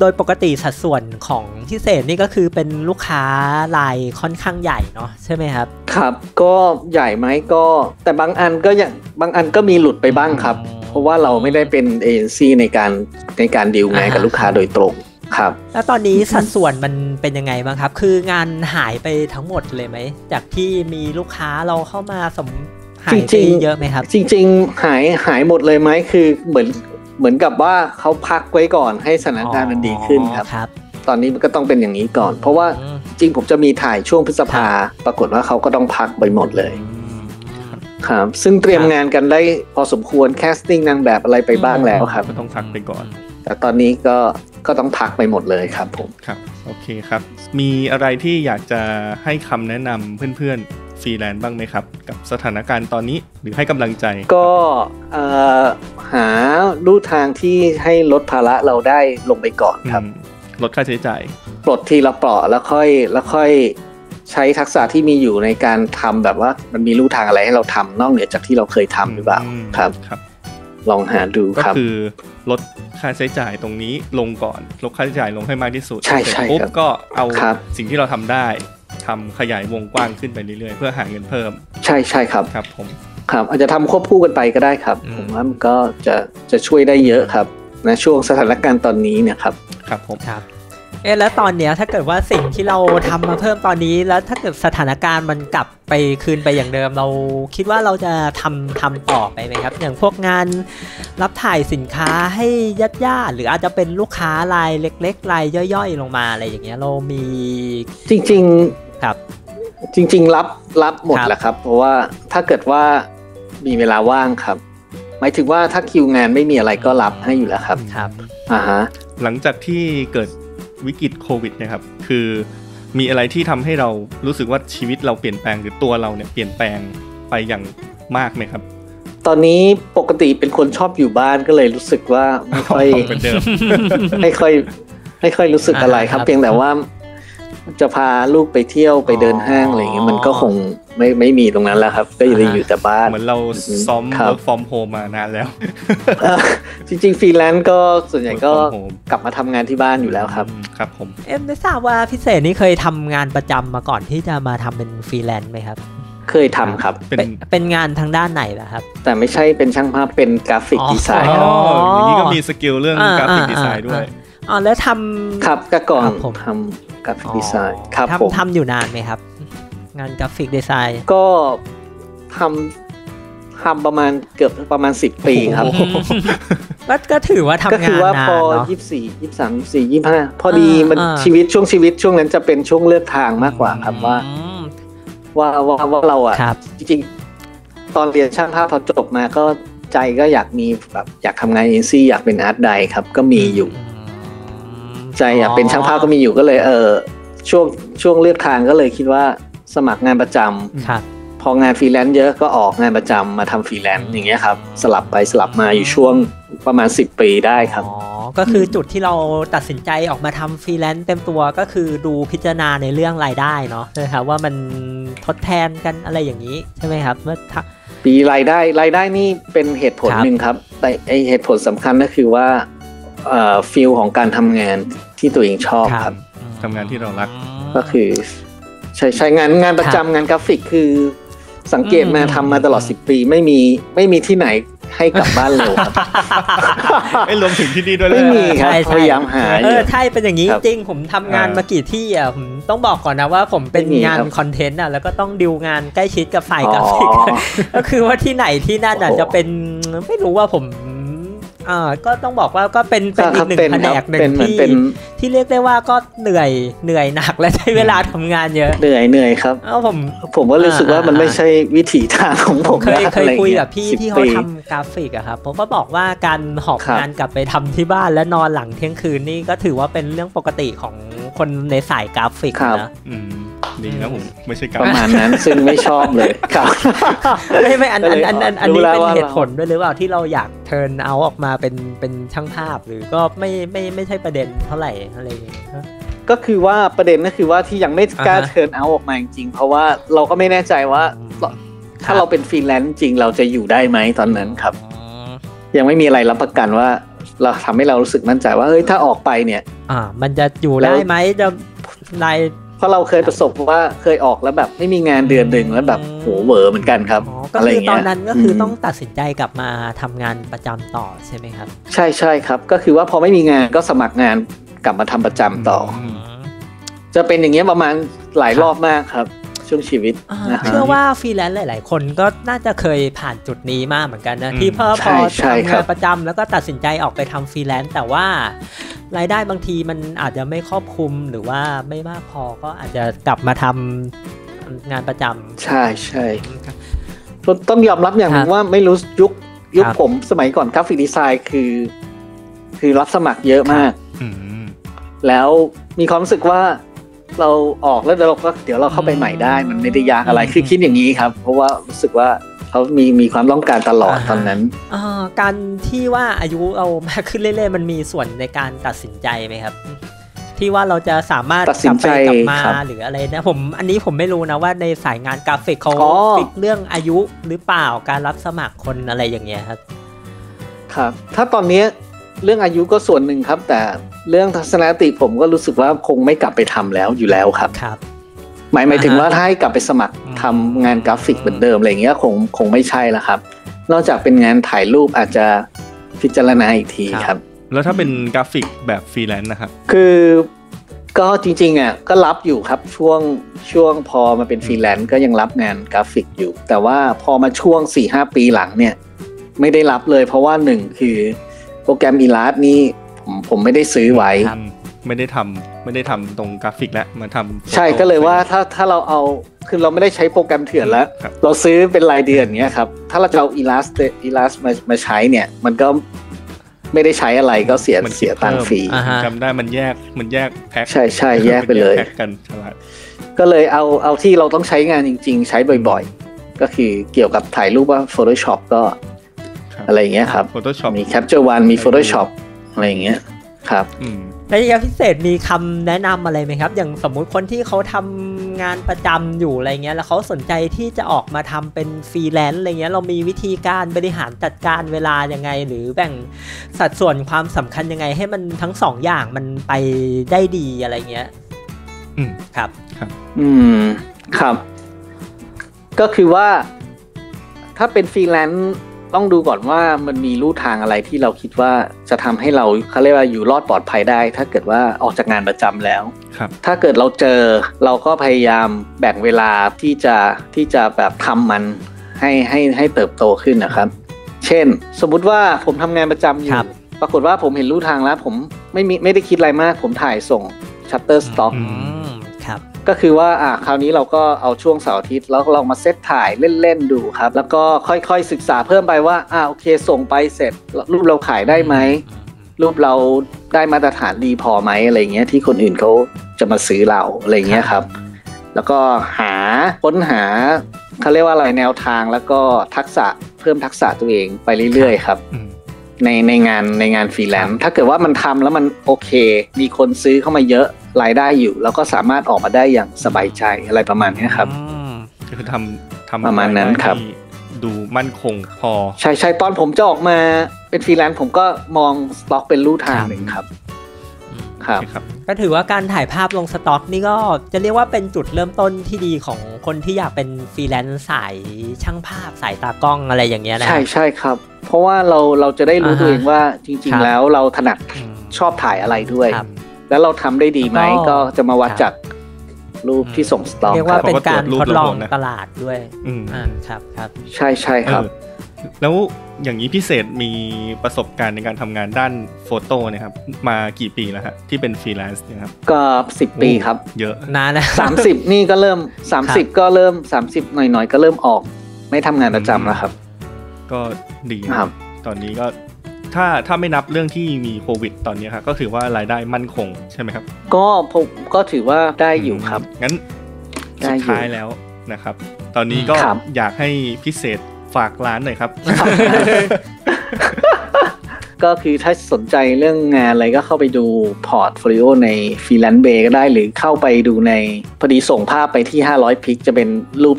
B: โดยปกติสัดส่วนของพิเศษนี่ก็คือเป็นลูกค้ารายค่อนข้างใหญ่เนาะใช่ไหมครับ
C: ครับก็ใหญ่ไหมก็แต่บางอันก็ยังบางอันก็มีหลุดไปบ้างครับ
B: อืม
C: เพราะว่าเราไม่ได้เป็นเอเจนซี่ในการในการดีลงานกับ
B: อ่า
C: ลูกค้าโดยตรงครับ
B: แล้วตอนนี้สัดส่วนมันเป็นยังไงบ้างครับ คืองานหายไปทั้งหมดเลยไหม จากที่มีลูกค้าเราเข้ามาสมหายไป
C: จริงๆ
B: เยอะไหมครับ
C: จริงๆหายหายหมดเลยไหมคือเหมือนเหมือนกับว่าเขาพักไว้ก่อนให้สถานการณ์มันดีขึ้นครับ
B: ครับ
C: ตอนนี้มันก็ต้องเป็นอย่างนี้ก่อน เพราะว่า จริงผมจะมีถ่ายช่วงพฤษภา ปรากฏว่าเขาก็ต้องพักไปหมดเลยครับ ซึ่งเตรียมงานกันได้พอสมควรแคสติ้งนางแบบอะไรไปบ้างแล้วครับ
A: ก็ต้องพักไปก่อน
C: แต่ตอนนี้ก็ก็ต้องพักไปหมดเลยครับผม
A: ครับ โอเคครับ มีอะไรที่อยากจะให้คำแนะนำเพื่อนๆฟรีแลนซ์บ้างไหมครับ กับสถานการณ์ตอนนี้หรือให้กำลังใจ
C: ก็เอ่อหาลู่ทางที่ให้ลดภาระเราได้ลงไปก่อนครับ
A: อืมลดค่าใช้จ่าย
C: ปลดทีละเปราะแล้วค่อยแล้วค่อยใช้ทักษะที่มีอยู่ในการทำแบบว่ามันมีลู่ทางอะไรให้เราทำนอกเหนือจากที่เราเคยทำหรือเปล่า
A: อืม
C: ครับ
A: ครับ
C: ลองหาดู
A: ก็
C: ครับ
A: คือลดค่าใช้จ่ายตรงนี้ลงก่อนลดค่าใช้จ่ายลงให้มากที่สุด
C: ใช่
A: เส
C: ใช่
A: ร็จปุ๊บ
C: ครับ
A: ก็เอา
C: ครับ
A: สิ่งที่เราทำได้ทำขยายวงกว้างขึ้นไปเรื่อยๆ เพื่อหาเงินเพิ่ม
C: ใช่ใช่ครับ
A: ครับผม
C: ครับอาจจะทำควบคู่กันไปก็ได้ครับ
B: อืม
C: ผมว่ามันก็จะจะช่วยได้เยอะครับนะช่วงสถานการณ์ตอนนี้เนะครับ
A: ครับผม
B: ครับ เอ๊ะแล้วตอนเนี้ยถ้าเกิดว่าสิ่งที่เราทำมาเพิ่มตอนนี้ แล้วถ้าเกิดสถานการณ์มันกลับไปคืนไปอย่างเดิม เราคิดว่าเราจะทำทำต่อไปไหมครับ อย่างพวกงานรับถ่ายสินค้าให้ญาติญาติๆหรืออาจจะเป็นลูกค้ารายเล็ก ๆ รายย่อยๆ ลงมาอะไรอย่างเงี้ยเรามี
C: จริง
B: ครับ
C: ๆจริง ๆ รับรับหมด
B: ครับ
C: แหละครับ เพราะว่าถ้าเกิดว่ามีเวลาว่างครับ หมายถึงว่าถ้าคิวงานไม่มีอะไรก็รับให้อยู่แล้วครับ
B: ครับ
C: อ่าฮะ
A: หลังจากที่เกิดวิกฤตโควิดเนะครับ คือมีอะไรที่ทำให้เรารู้สึกว่าชีวิตเราเปลี่ยนแปลงหรือตัวเราเนี่ยเปลี่ยนแปลงไปอย่างมากไหมครับ
C: ตอนนี้ปกติเป็นคนชอบอยู่บ้านก็เลยรู้สึกว่าไม่ค่อย
A: เหมือนเดิม
C: [LAUGHS] ไม่ค่อยไม่ค่อยรู้สึกอะไรครับ
B: อ่าครับ
C: เพียงแต่ว่าจะพาลูกไปเที่ยวไปเดินห้างอะไรอย่างเงี้ยมันก็คงไม่ไม่มีตรงนั้นแล้วครับ ก็อยู่
B: อ่าฮะ
C: อยู่แต่บ้าน
A: เหมือนเราซ้อม
C: ครับ
A: work from home มานานแล้ว
C: เอ่อ [LAUGHS] จริงๆฟรีแลนซ์ก็ส่วนใหญ่ก็
A: work from home
C: กลับมาทำงานที่บ้านอยู่แล้วครับ
A: อืมครับผม
B: เอ็มไม่ทราบว่าพิเศษนี่เคยทำงานประจำมาก่อนที่จะมาทำเป็นฟรีแลนซ์ไหมครับ
C: เคยทำครับ
A: เป็น
B: เป็นเป็นงานทางด้านไหนล่ะครับ
C: แต่ไม่ใช่เป็นช่างภาพเป็นกราฟิก
B: อ๋อ
C: ดีไซ
A: อ๋
C: น์
A: อ
C: ครับ
A: อย่างนี้ก็มีสกิลเรื่อง
B: อ่าก
A: ราฟิก
B: อ่า
A: ดีไซน์ด้วย
B: อ่า อ๋อแล้วทำ
C: ครับก็ก่อน
B: ครับผม
C: ทำกราฟิกดีไซน์ครับ
B: ทำ
C: ผม
B: ทำอยู่นานไหมครับ งานกราฟิกดีไซน์
C: ก็ทำ ทำประมาณเกือบประมาณสิบปีครับ
A: โอ้โห
C: [LAUGHS]
B: ก็ก็ถือว่าทำ
C: ก็
B: งา
C: คื
B: น
C: ว่า
B: นา
C: พ
B: น
C: อ
B: เนาะ
C: ยี่สิบสี่ยี่สิบสามสี่ยี่สิบห้าพอดี
B: อ่ามั
C: มัน
B: อ่า
C: ชีวิตช่วงชีวิตช่วงนั้นจะเป็นช่วงเลือกทางมากกว่าครับว่า
B: อืม
C: ว่าว่าว่าเราอ่ะ
B: ครับ
C: จริงๆ ตอนเรียนช่างภาพพอจบมาก็ใจก็อยากมีแบบอยากทำงานเอเจนซี่อยากเป็นอาร์ตไดครับ ก็มีอยู่ ใจอยากเป็นช่างภาพก็มีอยู่ก็เลย เออช่วงช่วงเลือกทางก็เลยคิดว่าสมัครงานประจำ
B: ครับ
C: พองานฟรีแลนซ์เยอะก็ออกงานประจำมาทำฟรีแลนซ์อย่างเงี้ยครับ สลับไปสลับมาอยู่ช่วงประมาณ 10 ปีได้ครับ
B: อ๋อ ก็คือจุดที่เราตัดสินใจออกมาทำฟรีแลนซ์เต็มตัวก็คือดูพิจารณาในเรื่องรายได้เนาะนะครับว่ามันทดแทนกันอะไรอย่างนี้ใช่ไหมครับ เมื่อทะ
C: ปีรายได้รายได้นี่เป็นเหตุผล
B: ครับ
C: หนึ่งครับ แต่ไอเหตุผลสำคัญก็คือว่าเอ่อฟิลของการทำงานที่ตัวเองชอบ
B: ครั
C: ครับ บ
A: ทำงานที่เรารัก
C: ก็
B: [LAUGHS]
C: คือ ใช่ใช่งานงานประจำงานกราฟิกคือ สังเกตมา
B: อืม
C: ทำมาตลอด 10 ปีไม่มีไม่มีที่ไหนให้กลับบ้านเร็วครับ
A: ไม่รวมถึงที่นี่ด้วยเล
C: ไม่
A: ย
C: มีครับ
B: ใช่ใช่
C: พยายามหา
B: เอ
C: อยู่
B: อใช่เป็นอย่างนี้
C: ครับ
B: จริงผมทำงาน
A: อ่าม
B: มากี่ที่อ่ะผมต้องบอกก่อนนะว่าผมเป็น
C: ไม่มี
B: งาน
C: ครับ
B: คอนเทนต์อ่ะแล้วก็ต้องดิวง [LAUGHS] านใกล้ชิดกับฝ่าย
C: อ๋
B: กรา
C: อ
B: ฟิก [LAUGHS] ก็คือว่าที่ไหนที่นั่นอ่ะ
C: โอ้โห
B: จะเป็นไม่รู้ว่าผมอ่าก็ต้องบอกว่าก็เป็นเป็นอีกหนึ่งแผนกหนึ่
C: เป็
B: ง
C: นเหมือน
B: ที่
C: เป็น
B: ที่เรียกได้ว่าก็เหนื่อยเหนื่อยหนักและใช้เวลาทำงานเยอะ
C: เหนื่อยเหนื่อยครับ
B: เอ้าผม
C: ผมก็รู้สึกว่ามันไม่ใช่วิถีทางของผม
B: เคย
C: นะ
B: เคย
C: อะไร
B: คุย
C: งี้
B: กับพี่
C: 10
B: ที่เขา
C: ปี
B: ทำกราฟิกอะครับผมก็บอกว่าการหอบ
C: ครับ
B: งานกลับไปทำที่บ้านและนอนหลังเที่ยงคืนนี่ก็ถือว่าเป็นเรื่องปกติของคนในสายกราฟิก
C: ครับ
B: นะ
A: อืมดีนะผมไม่ใช่การ
C: ประมาณนั้นซึ่งไม่ชอบเลยครับ
B: ไม่ไม่อันอันอันอันอัน
C: รู้
B: นี้
C: แล้ว
B: เป็น
C: ว่า
B: เหตุผลด้วยหรือเปล่าที่เราอยากเทิร์นเอาออกมาเป็นเป็นช่างภาพหรือก็ไม่ไม่ไม่ใช่ประเด็นเท่าไหร่อะไรอย่างเงี้ย
C: ก็คือว่าประเด็นก็คือว่าที่ยังไม่กล้า
B: อ่าฮะ
C: เชิญเอาออกมาจริงๆเพราะว่าเราก็ไม่แน่ใจว่า
B: ครั
C: ถ้า
B: บ
C: เราเป็นฟรีแลนซ์จริงเราจะอยู่ได้ไหมตอนนั้นครับ
B: อ๋อ
C: ยังไม่มีอะไรรับประกันว่า เราทำให้เรารู้สึกมั่นใจว่าเฮ้ยถ้าออกไปเนี่ย
B: อ่า มันจะอยู่
C: แล้ว
B: ได้ไหมจะราย
C: เพราะเราเคยประสบว่าเคยออกแล้วแบบ ไม่มีงานเดือนหนึ่งแล้วแบบโหเหวอเหมือนกันครับ
B: อ๋อก็
C: อะไรอ
B: คือย่างต
C: เงี้
B: อย นนั้นก็คืออ
C: ม
B: ต้องตัดสินใจกลับมาทำงานประจำต่อใช่ไหมครับ
C: ใช่ใช่ครับ ก็คือว่าพอไม่มีงานก็สมัครงานกลับมาทำประจำต่ออ
A: ม
C: จะเป็นอย่างเงี้ยประมาณหลายรอบมากครับ ช่วงชีวิต
B: อ่า
C: นะฮะ
B: เชื่อว่าฟรีแลนซ์หลาย ๆ คนก็น่าจะเคยผ่านจุดนี้มาเหมือนกันนะ
A: อืม
B: ที่พอพ
C: ใช่
B: อ
C: ใช่
B: ทำ
C: ครั
B: งาน
C: บ
B: ประจำแล้วก็ตัดสินใจออกไปทำฟรีแลนซ์แต่ว่ารายได้บางทีมันอาจจะไม่ครอบคลุมหรือว่าไม่มากพอก็อาจจะกลับมาทำงานประจำ
C: ใช่ใช่ ต้องยอมรับอย่างห
B: ค
C: นึ่
B: รับ
C: งว่าไม่รู้ยุคยุค
B: ครับ
C: ผมสมัยก่อนกราฟิกดีไซน์คือ คือรับสมัครเยอะมาก
A: อืม
C: แล้วมีความรู้สึกว่าเราออกแล้วเดี๋ยวเราก็เดี๋ยวเราเข้าไปใหม่ได้ มันไม่ได้ยากอะไร
B: อืม
C: คือคิดอย่างนี้ครับ เพราะว่ารู้สึกว่าเขามีมีความต้องการตลอด
B: อ่าฮะ
C: ตอนนั้น
B: อ่าการที่ว่าอายุเรามากขึ้นเรื่อยๆ มันมีส่วนในการตัดสินใจไหมครับ ที่ว่าเราจะสามารถ
C: ตัดสินใจ
B: กลับไปกลับมา
C: ครับ
B: หรืออะไรนะผมอันนี้ผมไม่รู้นะว่าในสายงานกราฟิกเขา
C: อ๋อ
B: ฟิกเรื่องอายุหรือเปล่าการรับสมัครคนอะไรอย่างเงี้ยครับ
C: ครับ ถ้าตอนเนี้ยเรื่องอายุก็ส่วนหนึ่งครับ แต่เรื่องทัศนคติผมก็รู้สึกว่าคงไม่กลับไปทำแล้วอยู่แล้วครับ
B: ครับ
C: หมายหมายถึง
B: อ่าฮะ
C: ว่าถ้าให้กลับไปสมัคร
B: อืม
C: ทำงานกราฟิกเหมือนเดิมอะไรอย่างเงี้ยคงคงไม่ใช่แล้วครับ นอกจากเป็นงานถ่ายรูปอาจจะพิจารณาอีกทีครับ
A: แล้วถ้าเป็นกราฟิกแบบฟรีแลนซ์นะครับ
C: คือก็จริงๆอ่ะก็รับอยู่ครับช่วงช่วงพอมาเป็นฟรีแลนซ์ก็ยังรับงานกราฟิกอยู่ แต่ว่าพอมาช่วง 4-5 ปีหลังเนี่ย ไม่ได้รับเลย เพราะว่าหนึ่งคือโปรแกรม Illustrator นี่ผมผมไม่ได้ซื้อไว้
A: ไม่ได้ทำไม่ได้ทำตรงกราฟิกแล้วมาทำ
C: ใช่ก็เลยว่าถ้าถ้าเราเอาคือเราไม่ได้ใช้โปรแกรมเถื่อนแล้ว
A: ครับ
C: เราซื้อเป็นรายเดือนเงี้ยครับ ถ้าเราจะเอาอีลาสอีลาสมามาใช้เนี่ย มันก็ไม่ได้ใช้อะไรก็เสีย
A: มันคิด
C: เสียตังค์
A: เพิ่ม
C: ฟรี
B: อ่าฮะ
A: จำได้มันแยกมันแยกแพ็ค
C: ใช่
A: [LAUGHS]
C: ใช่แยกไปเลย
A: มันแพ็คกันฉลาด
C: ก็เลยเอาเอาที่เราต้องใช้งานจริง ๆ ใช้บ่อยๆ ก็คือเกี่ยวกับถ่ายรูปว่า Photoshop ก็
A: ครับ
C: อะไรอย่างเงี้ยครับ
A: Photoshop
C: มี Capture One มี Photoshop อะไรอย่างเงี้ยครับ
A: อืม
B: แล้วอย่างพิเศษมีคำแนะนำอะไรไหมครับ อย่างสมมุติคนที่เขาทำงานประจำอยู่อะไรเงี้ย แล้วเขาสนใจที่จะออกมาทำเป็นฟรีแลนซ์อะไรเงี้ย เรามีวิธีการบริหารจัดการเวลายังไง หรือแบ่งสัดส่วนความสำคัญยังไง ให้มันทั้งสองอย่างมันไปได้ดีอะไรเงี้ย
A: อืม
B: ครับ
C: อืมครับ ก็คือว่า ถ้าเป็นฟรีแลนซ์ต้องดูก่อนว่ามันมีลู่ทางอะไรที่เราคิดว่าจะทำให้เราเขาเรียกว่าอยู่รอดปลอดภัยได้ ถ้าเกิดว่าออกจากงานประจำแล้ว
A: ครับ
C: ถ้าเกิดเราเจอเราก็พยายามแบ่งเวลาที่จะที่จะแบบทำมัน ให้ให้ให้เติบโตขึ้นนะครับ เช่น สมมุติว่าผมทำงานประจำอยู่
B: ครับ
C: ปรากฏว่าผมเห็นลู่ทางแล้ว ผมไม่มีไม่ได้คิดอะไรมาก ผมถ่ายส่งชัตเตอร์สต็อก
B: อืมครับ
C: ก็คือว่าอ่ะคราวนี้เราก็เอาช่วงเสาร์อาทิตย์แล้วลองมาเซตถ่ายเล่นๆดูครับ แล้วก็ค่อยๆศึกษาเพิ่มไปว่าอ่าโอเคส่งไปเสร็จรูปเราขายได้ไหม รูปเราได้มาตรฐานดีพอไหมอะไรเงี้ยที่คนอื่นเขาจะมาซื้อเราอะไรเงี้ยครับ แล้วก็หาค้นหาเขาเรียกว่าอะไรแนวทางแล้วก็ทักษะเพิ่มทักษะตัวเองไปเรื่อยๆครับ
A: อืม
C: ในในงานในงานฟรีแลนซ์ถ้าเกิดว่ามันทำแล้วมันโอเค มีคนซื้อเข้ามาเยอะรายได้อยู่ แล้วก็สามารถออกมาได้อย่างสบายใจอะไรประมาณเนี้ยครับ
B: อืม
A: ก็คือทำทำ
C: ประมาณนั้น
A: ยได้
C: ครับ
A: ที่ดูมั่นคงพอ
C: ใช่ใช่ตอนผมจะออกมาเป็นฟรีแลนซ์ผมก็มองสต็อกเป็นลู่ทางหนึ่งครับครับ
A: ครับ
B: ก็ถือว่าการถ่ายภาพลงสต็อกนี่ก็จะเรียกว่าเป็นจุดเริ่มต้นที่ดีของคนที่อยากเป็นฟรีแลนซ์สายช่างภาพสายตากล้องอะไรอย่างเงี้ยนะ
C: ใช่ใช่ครับ เพราะว่าเราเราจะได้รู้
B: อ่าฮะ
C: ตัวเองว่าจ
B: ครั
C: ริง
B: บ
C: ๆ แล้วเราถนัด
B: อืม
C: ชอบถ่ายอะไรด้วย
B: ครับ
C: แล้วเราทำได้ดีไหม
B: แล้วก็
C: ก็จะมาวัด
B: ครับ
C: จากรูปที่ส่งสต็อก
B: เรียก
C: ค
B: ว่า
C: รับ
B: เป็นการทดลอง
A: ครับ
B: ตลาดด้วย
A: อืม
B: อ่าครับครับ
C: ใช่ใช่ครับ
A: เออแล้วอย่างนี้พิเศษมีประสบการณ์ในการทำงานด้านโฟโต้เนะครับ มากี่ปีแล้วฮะที่เป็นฟรีแลนซ์เนี่ยครับ
C: ก็สิบปีครับ
A: เยอะ
B: นานนะ
C: สามสิบนี่ก็เริ่มสามสิบก็เริ่มสามสิบหน่อยๆ ก็เริ่มออก ไม่ทำงานประจำแล้วครับ
A: ก็ดีนะ
C: ค
A: ค
C: รั
A: รับ บ ตอนนี้ก็ถ้าถ้าไม่นับเรื่องที่มีโควิดตอนนี้ครับก็ถือว่ารายได้มั่นคงใช่ไหมครับ
C: ก็ผมก็ถือว่าได้อยู่ครับ
A: งั้น
C: ได้
A: สุด
C: อยู่
A: ท้ายแล้วนะครับ ตอนนี้ก็
C: ครับ
A: อยากให้พิเศษฝากร้านหน่อยครับ
C: ก็คือถ้าสนใจเรื่องงานอะไรก็เข้าไปดูพอร์ตโฟลิโอในฟ e ีแลนซ์เบก็ได้หรือเข้าไปดูในพอดีส่งภาพไปที่ 500 พิกจะเป็นรูป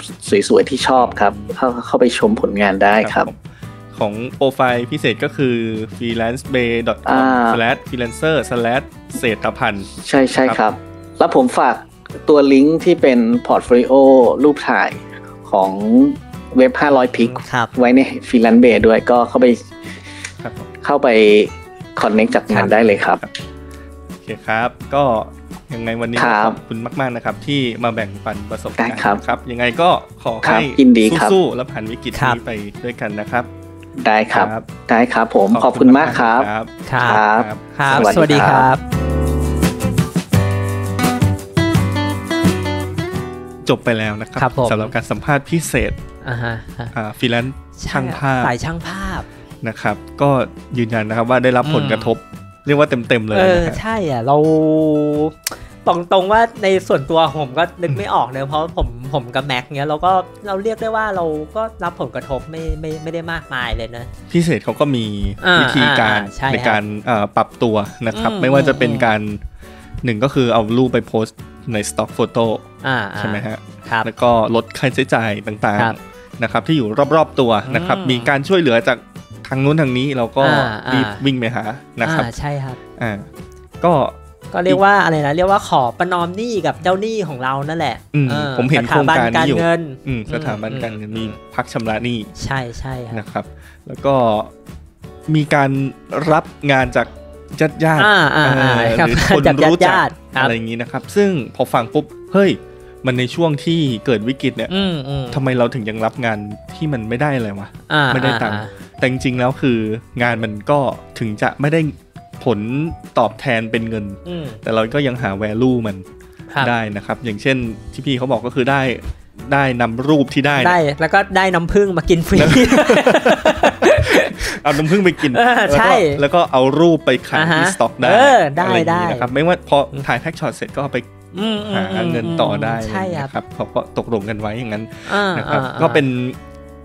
C: สวยๆ ที่ชอบครับ เข้าเข้าไปชมผลงานได้ครับ
A: ผมของโปรไฟล์พิเศษก็คือ
C: อ่
A: freelancebay.com freelancer เศรษฐพันธ์
C: ใช่ใช่
A: ครับ
C: ครับ แล้วผมฝากตัวลิงก์ที่เป็นพอร์ตโฟลิโอรูปถ่ายของเว็บ 500 พิก
B: ครับ
C: ไว้ในฟ e ีแลนซ์เบด้วยก็เข้าไป
A: ครับผม
C: เข้าไปคอนเน็กจากงานได้เลยครับ
A: โอเคครับ ก็ยังไงวันนี้
C: ครับ
A: ขอบคุณมาก ๆ นะครับ ที่มาแบ่งปันประสบการ
C: ได้
A: ณ์
C: ครับ
A: ครับ ยังไงก็ขอ
C: ครั
A: ให้
C: บยินดีครับ
A: สู้ๆและผ่านวิกฤต
B: ครับ
A: นี้ไปด้วยกันนะครับ
C: ได้ครับ
A: ครับ
C: ได้ครับผมขอบคุณมากครับ
A: ครับ
B: ครับ
C: ครับ
B: ครับส
C: สวั
B: วั
C: ส
B: ส
C: ดี
B: ดี
C: ค
B: ค
C: รั
B: รับ บ
A: จบไปแล้วนะครับ
B: ครับผม
A: สำหรับการสัมภาษณ์พิเศษ
B: อ่าฮะ
A: ฟรีแลนซ์ช่างภาพ
B: สายช่างภาพ
A: นะครับ ก็ยืนยันนะครับว่าได้รับผลกระทบ เรียกว่าเต็ม ๆ เลย
B: เออ
A: นะฮะ
B: ใช่อ่ะ เราบอกตรงว่าในส่วนตัวผมก็นึกไม่ออกเนอะเพราะผมผมกับแม็กเนี้ยเราก็เราเรียกได้ว่าเราก็รับผลกระทบไม่ไม่ไม่ได้มากมายเลยนะ
A: พิเศษเขาก็มี
B: อ่า
A: วิธีการ
B: อ่าใช่
A: การเอ่อปรับตัวนะครับ
B: อืม
A: ไม่ว่าจะเป็น
B: อืม
A: การหนึ่งก็คือเอารูปไปโพสต์ในสต็อกโฟโต้
B: อ่า
A: ใช่ไหมฮะ
B: ครับ
A: แล้วก็ลดค่าใช้จ่ายต่าง
B: ครับ
A: ๆนะครับ ที่อยู่รอบๆตัวนะครับ
B: อืม
A: มีการช่วยเหลือจากทางนู้นทางนี้เราก็
B: อ่าอ่า
A: รีบวิ่งไปหานะครับ
B: อ่าใช่ครับ
A: อ่าก็
B: ก็เรียกว่าอะไรนะเรียกว่าขอประนอมหนี้กับเจ้าหนี้ของเรานั่นแหละ
A: อืม
B: ออ
A: ผมเห็นโครงการ
B: สถบั
A: นี้อยู่
B: เงิน
A: อืมสถาบันการเงิน
B: อืม
A: มีพักชำระหนี้
B: ใช่ใช่ครับ
A: [LAUGHS] นะครับ แล้วก็มีการรับงานจากญาติญาติ
B: อ่าอ่าอ่าครับ
A: หรือคน
B: [LAUGHS] จากญา
A: รู้
B: ติ
A: จัก
B: ญาติค
A: อะ
B: รับ
A: ไรอย่างนี้นะครับ ซึ่งพอฟังปุ๊บ เฮ้ย มันในช่วงที่เกิดวิกฤตเนี่ย
B: อืมอืม
A: ทำไมเราถึงยังรับงานที่มันไม่ได้อะไรวะ
B: อ่า
A: ไม่ได้ตังค์
B: อ่า
A: แต่จริงๆแล้วคืองานมันก็ถึงจะไม่ได้ผลตอบแทนเป็นเงิน
B: อืม
A: แต่เราก็ยังหา value มัน
B: ครับ
A: ได้นะครับ อย่างเช่นที่พี่เขาบอกก็คือได้ได้นำรูปที่ได้เนี่ย
B: ได้แล้วก็ได้น้ำผึ้งมากินฟรี
A: เอาน้ำผึ้งไปกิน
B: เออใช่
A: แล้วก็แล้วก็เอารูปไปขาย
B: อ่าฮะ
A: ที่สต็อกได้
B: เออได้
A: ะรอย่างนี้
B: ได้
A: นะครับไม่ว่าพอถ่ายแพ็กช็อตเสร็จก็เอาไป
B: อืมอืม
A: หา
B: อืม
A: เงินต่อได้
B: ใช่ครับ
A: นะครับเขาก็ตกลงกันไว้อย่างนั้น
B: อ่า
A: นะครับ
B: อ่าอ่า
A: ก็เป็น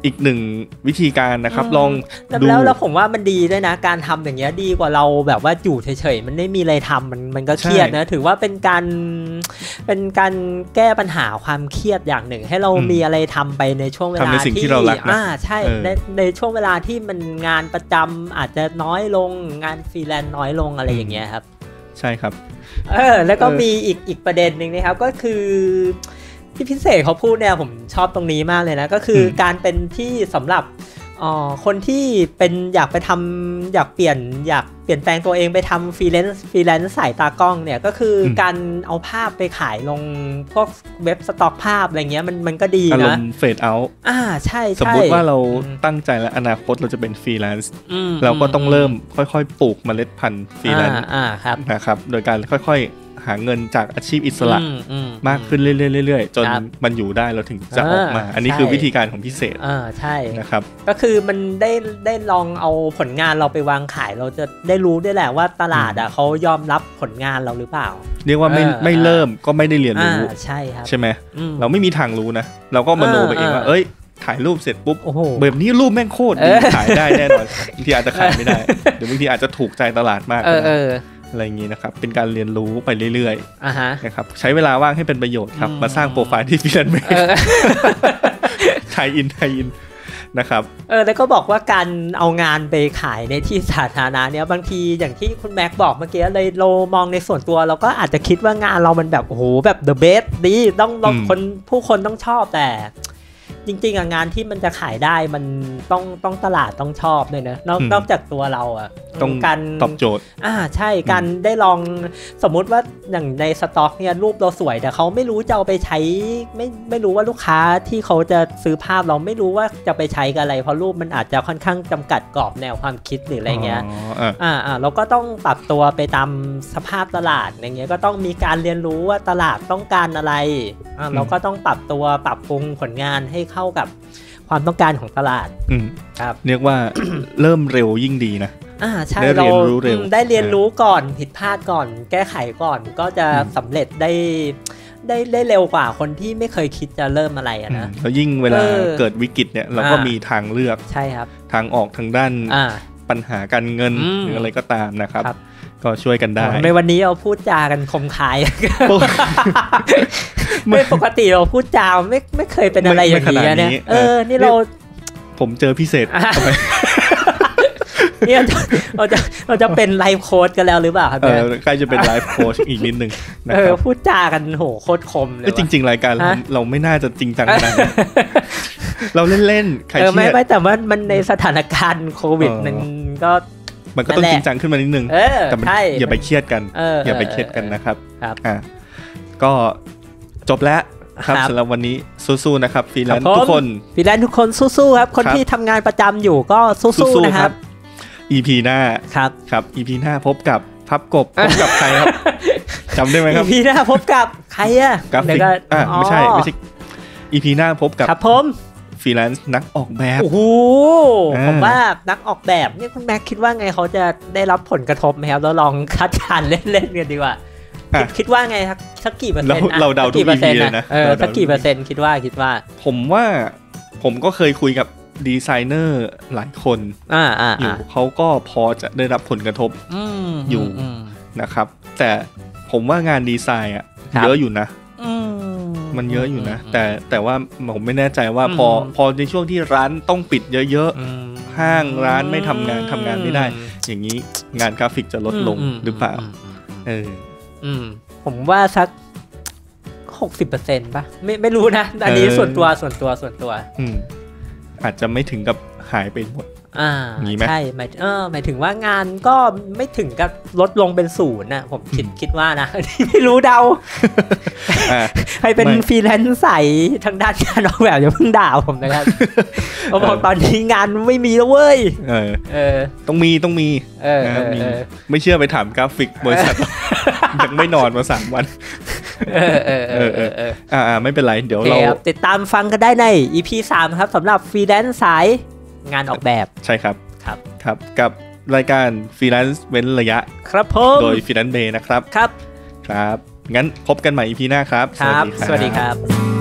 A: อีกหนึ่งวิธีการนะครับ
B: อืม
A: ลอง
B: แล้ว
A: ดู
B: แล้วแล้วผมว่ามันดีด้วยนะ การทำอย่างเงี้ยดีกว่าเราแบบว่าอยู่เฉยๆมันไม่มีอะไรทำมันมันก็เครียดนะถือว่าเป็นการเป็นการแก้ปัญหาความเครียดอย่างหนึ่ง ให้เรามีอะไรทำไปในช่วงเว
A: ทำ
B: ลา
A: ในสิ่งที่เรารักนะ
B: อ่าใช่
A: เออ
B: ในในช่วงเวลาที่มันงานประจำอาจจะน้อยลงงานฟรีแลนซ์น้อยลงอะไรอย่างเงี้ยครับ
A: ใช่ครับ
B: เออแล้วก็
A: เออ
B: มีอีกอีกประเด็นหนึ่งนะครับก็คือที่พิเศษเขาพูดเนี่ยผมชอบตรงนี้มากเลยนะ ก็คืออ
A: ม
B: การเป็นที่สำหรับ อ๋อคนที่เป็นอยากไปทำอยากเปลี่ยนอยากเปลี่ยนแปลงตัวเองไปทำฟรีแลนซ์ฟรีแลนซ์สายตากล้องเนี่ยก็คืออ
A: ม
B: การเอาภาพไปขายลงพวกเว็บสต็อกภาพอะไรเงี้ยมันมันก็ดี
A: อาร
B: นะ
A: มณ์เฟดเอา
B: อ่าใช่
A: สม
B: ใช่
A: มุติว่าเรา
B: อืม
A: ตั้งใจและอนาคตเราจะเป็นฟรีแลนซ์
B: อืม
A: เราก็ต้องเริ่มค่อยๆ ปลูกเมล็ดพันธุ์ฟรีแลนซ์
B: อ่าอ่าครับ
A: นะครับ โดยการค่อยๆ หาเงินจากอาชีพอิสระ
B: อือื
A: มากขึ้นเรื่อยๆๆจน
B: ครับ
A: มันอยู่ได้เราถึงจะอ
B: อ่า
A: อกมา อันนี้คือ
B: ใช่
A: วิธีการของพิเศษ
B: อ่าใช่
A: นะครับ
B: ก็คือมันได้ได้ลองเอาผลงานเราไปวางขายเราจะได้รู้ด้วยแหละว่าตลาดอ่ะเขายอมรับผลงานเราหรือเปล่า
A: เรียกว่าไม่
B: เออ
A: ไม่เริ่มก็ไม่ได้เรียน
B: อ่า
A: รู้
B: ใช่ครับ
A: ใช่ไหม
B: อืม
A: เราไม่มีทางรู้นะ เราก็มโนไปเองว่า
B: เออเออ
A: เอ้ย ถ่ายรูปเสร็จปุ๊บ
B: โอ้โห
A: แบบนี้รูปแม่งโคตร
B: เอ
A: ดี
B: อ
A: ขายได้แน่
B: [LAUGHS]
A: นอนบางทีอาจจะขายไม่ได้หรือบางทีอาจจะถูกใจตลาดมาก
B: เออเออ
A: อะไรอย่างนี้นะครับ เป็นการเรียนรู้ไปเรื่อย
B: อ่ะฮะ
A: ๆนะครับใช้เวลาว่างให้เป็นประโยชน์ครับ
B: อืม
A: มาสร้างโปรไฟล์ที่ฟิลันเม
B: เออ
A: [LAUGHS] ไทยอินไทยอินนะครับ
B: เออแล้วก็บอกว่าการเอางานไปขายในที่สาธารณะเนี่ยบางทีอย่างที่คุณแม็กบอกเมื่อกี้เลยเรามองในส่วนตัวเราก็อาจจะคิดว่างานเรามันแบบโอ้โหแบบ the best ดีต้องต้อง
A: อืม
B: คนผู้คนต้องชอบแต่ จริงๆอะงานที่มันจะขายได้มันต้องต้องตลาดต้องชอบด้วยนะนอกนอกจากตัวเราอะ
A: ต้อง
B: การ
A: ตอบโจทย์
B: อ่าใช่การได้ลองสมมุติว่าอย่างในสต็อกเนี่ยรูปเราสวยแต่เขาไม่รู้จะเอาไปใช้ไม่ไม่รู้ว่าลูกค้าที่เขาจะซื้อภาพเราไม่รู้ว่าจะไปใช้กับอะไร เพราะรูปมันอาจจะค่อนข้างจำกัดกรอบแนวความคิดหรืออะไรเงี้ย
A: อ่ะ
B: อ่าอ่าเราก็ต้องปรับตัวไปตามสภาพตลาดอย่างเงี้ยก็ต้องมีการเรียนรู้ว่าตลาดต้องการอะไรอ่าเราก็ต้องปรับตัวปรับปรุงผลงานให้เข้ากับความต้องการของตลาด
A: อืม
B: ครับ
A: เรียกว่า [COUGHS] เริ่มเร็วยิ่งดีนะ
B: อ่าใช่
A: ได้เรียนรู้เร็ว
B: อืมได้เรียนรู้ก่อนผิดพลาดก่อน แก้ไขก่อนก็จะ
A: อืม
B: สำเร็จได้ได้ได้เร็วกว่าคนที่ไม่เคยคิดจะเริ่มอะไรอะนะ
A: แล้วยิ่งเวลา
B: เออ
A: เกิดวิกฤตเนี่ยเราก็
B: อ่ามี
A: มีทางเลือก
B: ใช่ครับ
A: ทางออกทางด้าน
B: อ่า
A: ปัญหาการเงิน
B: อืม
A: หรืออะไรก็ตามนะครับ
B: ครับ
A: ก็ช่วยกันได้
B: ในวันนี้เราพูดจากันคมคาย
A: [LAUGHS] ปก
B: ไม่ปกติเราพูดจาไม่ไม่เคยเป็นอะไรอย่างนี้อะเนี่ย
A: ไม่ไม่ขนาดนี้
B: เออ นี่
A: เออ
B: เรา
A: ผมเจอพิเศษ
B: อ่ะเนี่ย [LAUGHS] เราจะเราจะเป็นไลฟ์โค้ดกันแล้วหรือเปล่าครับ
A: เอ
B: เนี่ย
A: อใกล้จะเป็นไลฟ์โค้ชอีกนิด
B: [LAUGHS]
A: นึงนะ
B: เอ
A: ค
B: อ
A: รับ
B: พูดจากันโหโคตรคมเลย
A: ก็จ
B: ว่ะ
A: ริง ๆ รายการเรา
B: ฮะ
A: เราไม่น่าจะจริง
B: [LAUGHS]
A: จังขนาดนั้นเราเล่น ๆ ใคร
B: เออ
A: เชื่
B: ไม่
A: อ
B: ไม่แต่ว่ามันในสถานการณ์โควิด
A: เออ
B: มันก็
A: มันก็ต้อง
B: นั่น
A: จ
B: แหละ
A: ริงจังขึ้นมานิดนึง
B: เออ
A: แต่มัน
B: ใช่
A: อย่าไปเครียดกัน
B: เอออ
A: อย่าไปเครียดกันนะครับ
B: ครับ
A: อ่ะก็จบแล้วครับ
B: ครับ
A: สำหรับวันนี้สู้ๆนะครับฟรีแลนซ์
B: ครับผม
A: ทุกคน
B: ฟรีแลนซ์ทุกคนสู้ๆครับ คน
A: ครับ
B: ที่ทำงานประจำอยู่ก็สู้ๆนะครับ
A: EP หน้า
B: ครับ
A: ครับ EP หน้าพบกับพับกบพบกับใคร
B: [LAUGHS]
A: ครับจำได้ไหมครับ
B: EP หน้าพบกับ [LAUGHS] ใครอะ
A: กราฟิก
B: เดี๋ยว
A: อ่ะไม่ใช่ไม่ใช่ EP หน้าพบกับ
B: ครับผม
A: ฟรีแลนซ์นักออกแบบ
B: โอ้โห
A: อ่า
B: ผมว่านักออกแบบนี่คุณแม็กคิดว่าไงเขาจะได้รับผลกระทบไหมครับ แล้วลองคัดการเล่นๆกันดีกว่า
A: อ่ะ
B: คิดคิดว่าไงครับสักกี่เปอร์เซ็นต์อะ
A: เราเราเดา
B: สักี่ปอร์ซ็
A: ทุก
B: ต์
A: EP เลยนะ
B: เออ
A: เราเดา
B: สักกี่เปอร์เซ็นต์คิดว่าคิดว่า
A: ผมว่าผมก็เคยคุยกับดีไซเนอร์หลายคน
B: อ่าอ่า
A: อยู่เขาก็พอจะได้รับผลกระทบ
B: อืม
A: อยู่
B: ม
A: นะครับ แต่ผมว่างานดีไซน์อ่ะ
B: ครับ
A: เยอะอยู่นะ
B: อืม
A: มันเยอะอยู่นะ แต่แต่ว่าผมไม่แน่ใจว่า
B: อืม
A: พอพอในช่วงที่ร้านต้องปิดเยอะ
B: อืม
A: ๆ ห้างร้านไม่ทำงานทำงานไม่ได้ อย่างนี้งานกราฟิกจะลดลง
B: ม
A: หรือเปล่า
B: มอืมอื
A: เออ
B: มอืมผมว่าสักหกสิบเปอร์เซ็นต์ป่ะไม่ไม่รู้นะ อันนี้
A: เออ
B: ส่วนตัวส่วนตัวส่วนตัว
A: อืมอาจจะไม่ถึงกับหายไปห
B: [LAUGHS]
A: มด
B: อ่า
A: อย่างนี้ไหม
B: ใช่หมายเออหมายถึงว่างานก็ไม่ถึงกับลดลงเป็นศูนย์นะผมคิดคิดว่านะอันนี้ไม่รู้เดา
A: อ่ะ
B: ใครเป็น
A: ไม่
B: ฟรีแลนซ์ใสทางด้านการออกแบบอย่าเพิ่งด่าผม
A: [LAUGHS]
B: นะครับผมบอก
A: เออ
B: ตอนนี้งานไม่มีแล้วเว้ย
A: เออ
B: เออ
A: ต้องมีต้องมี
B: เออ
A: นะครับมี
B: เออ
A: ไม่เชื่อไปถามกราฟิ
B: [LAUGHS]
A: กบริษัท [LAUGHS] ยังไม่นอนมาสามวัน
B: เออเออเออเออเออ
A: อ่าๆไม่เป็นไร เดี๋ยว
B: โอเค
A: เรา
B: ครับติดตามฟังกันได้ใน EP 3 ครับสำหรับฟรีแลนซ์สายงานออกแบบ
A: ใช่ครับ
B: ครับ
A: ครับกับรายการฟรีแลนซ์เว้นระยะ
B: ครับผม
A: โดยฟรีแลนซ์เบนะครับ
B: ครับ
A: ครับ งั้นพบกันใหม่ EP หน้าครับ
B: ครับ สวัสดีครับ
D: Thank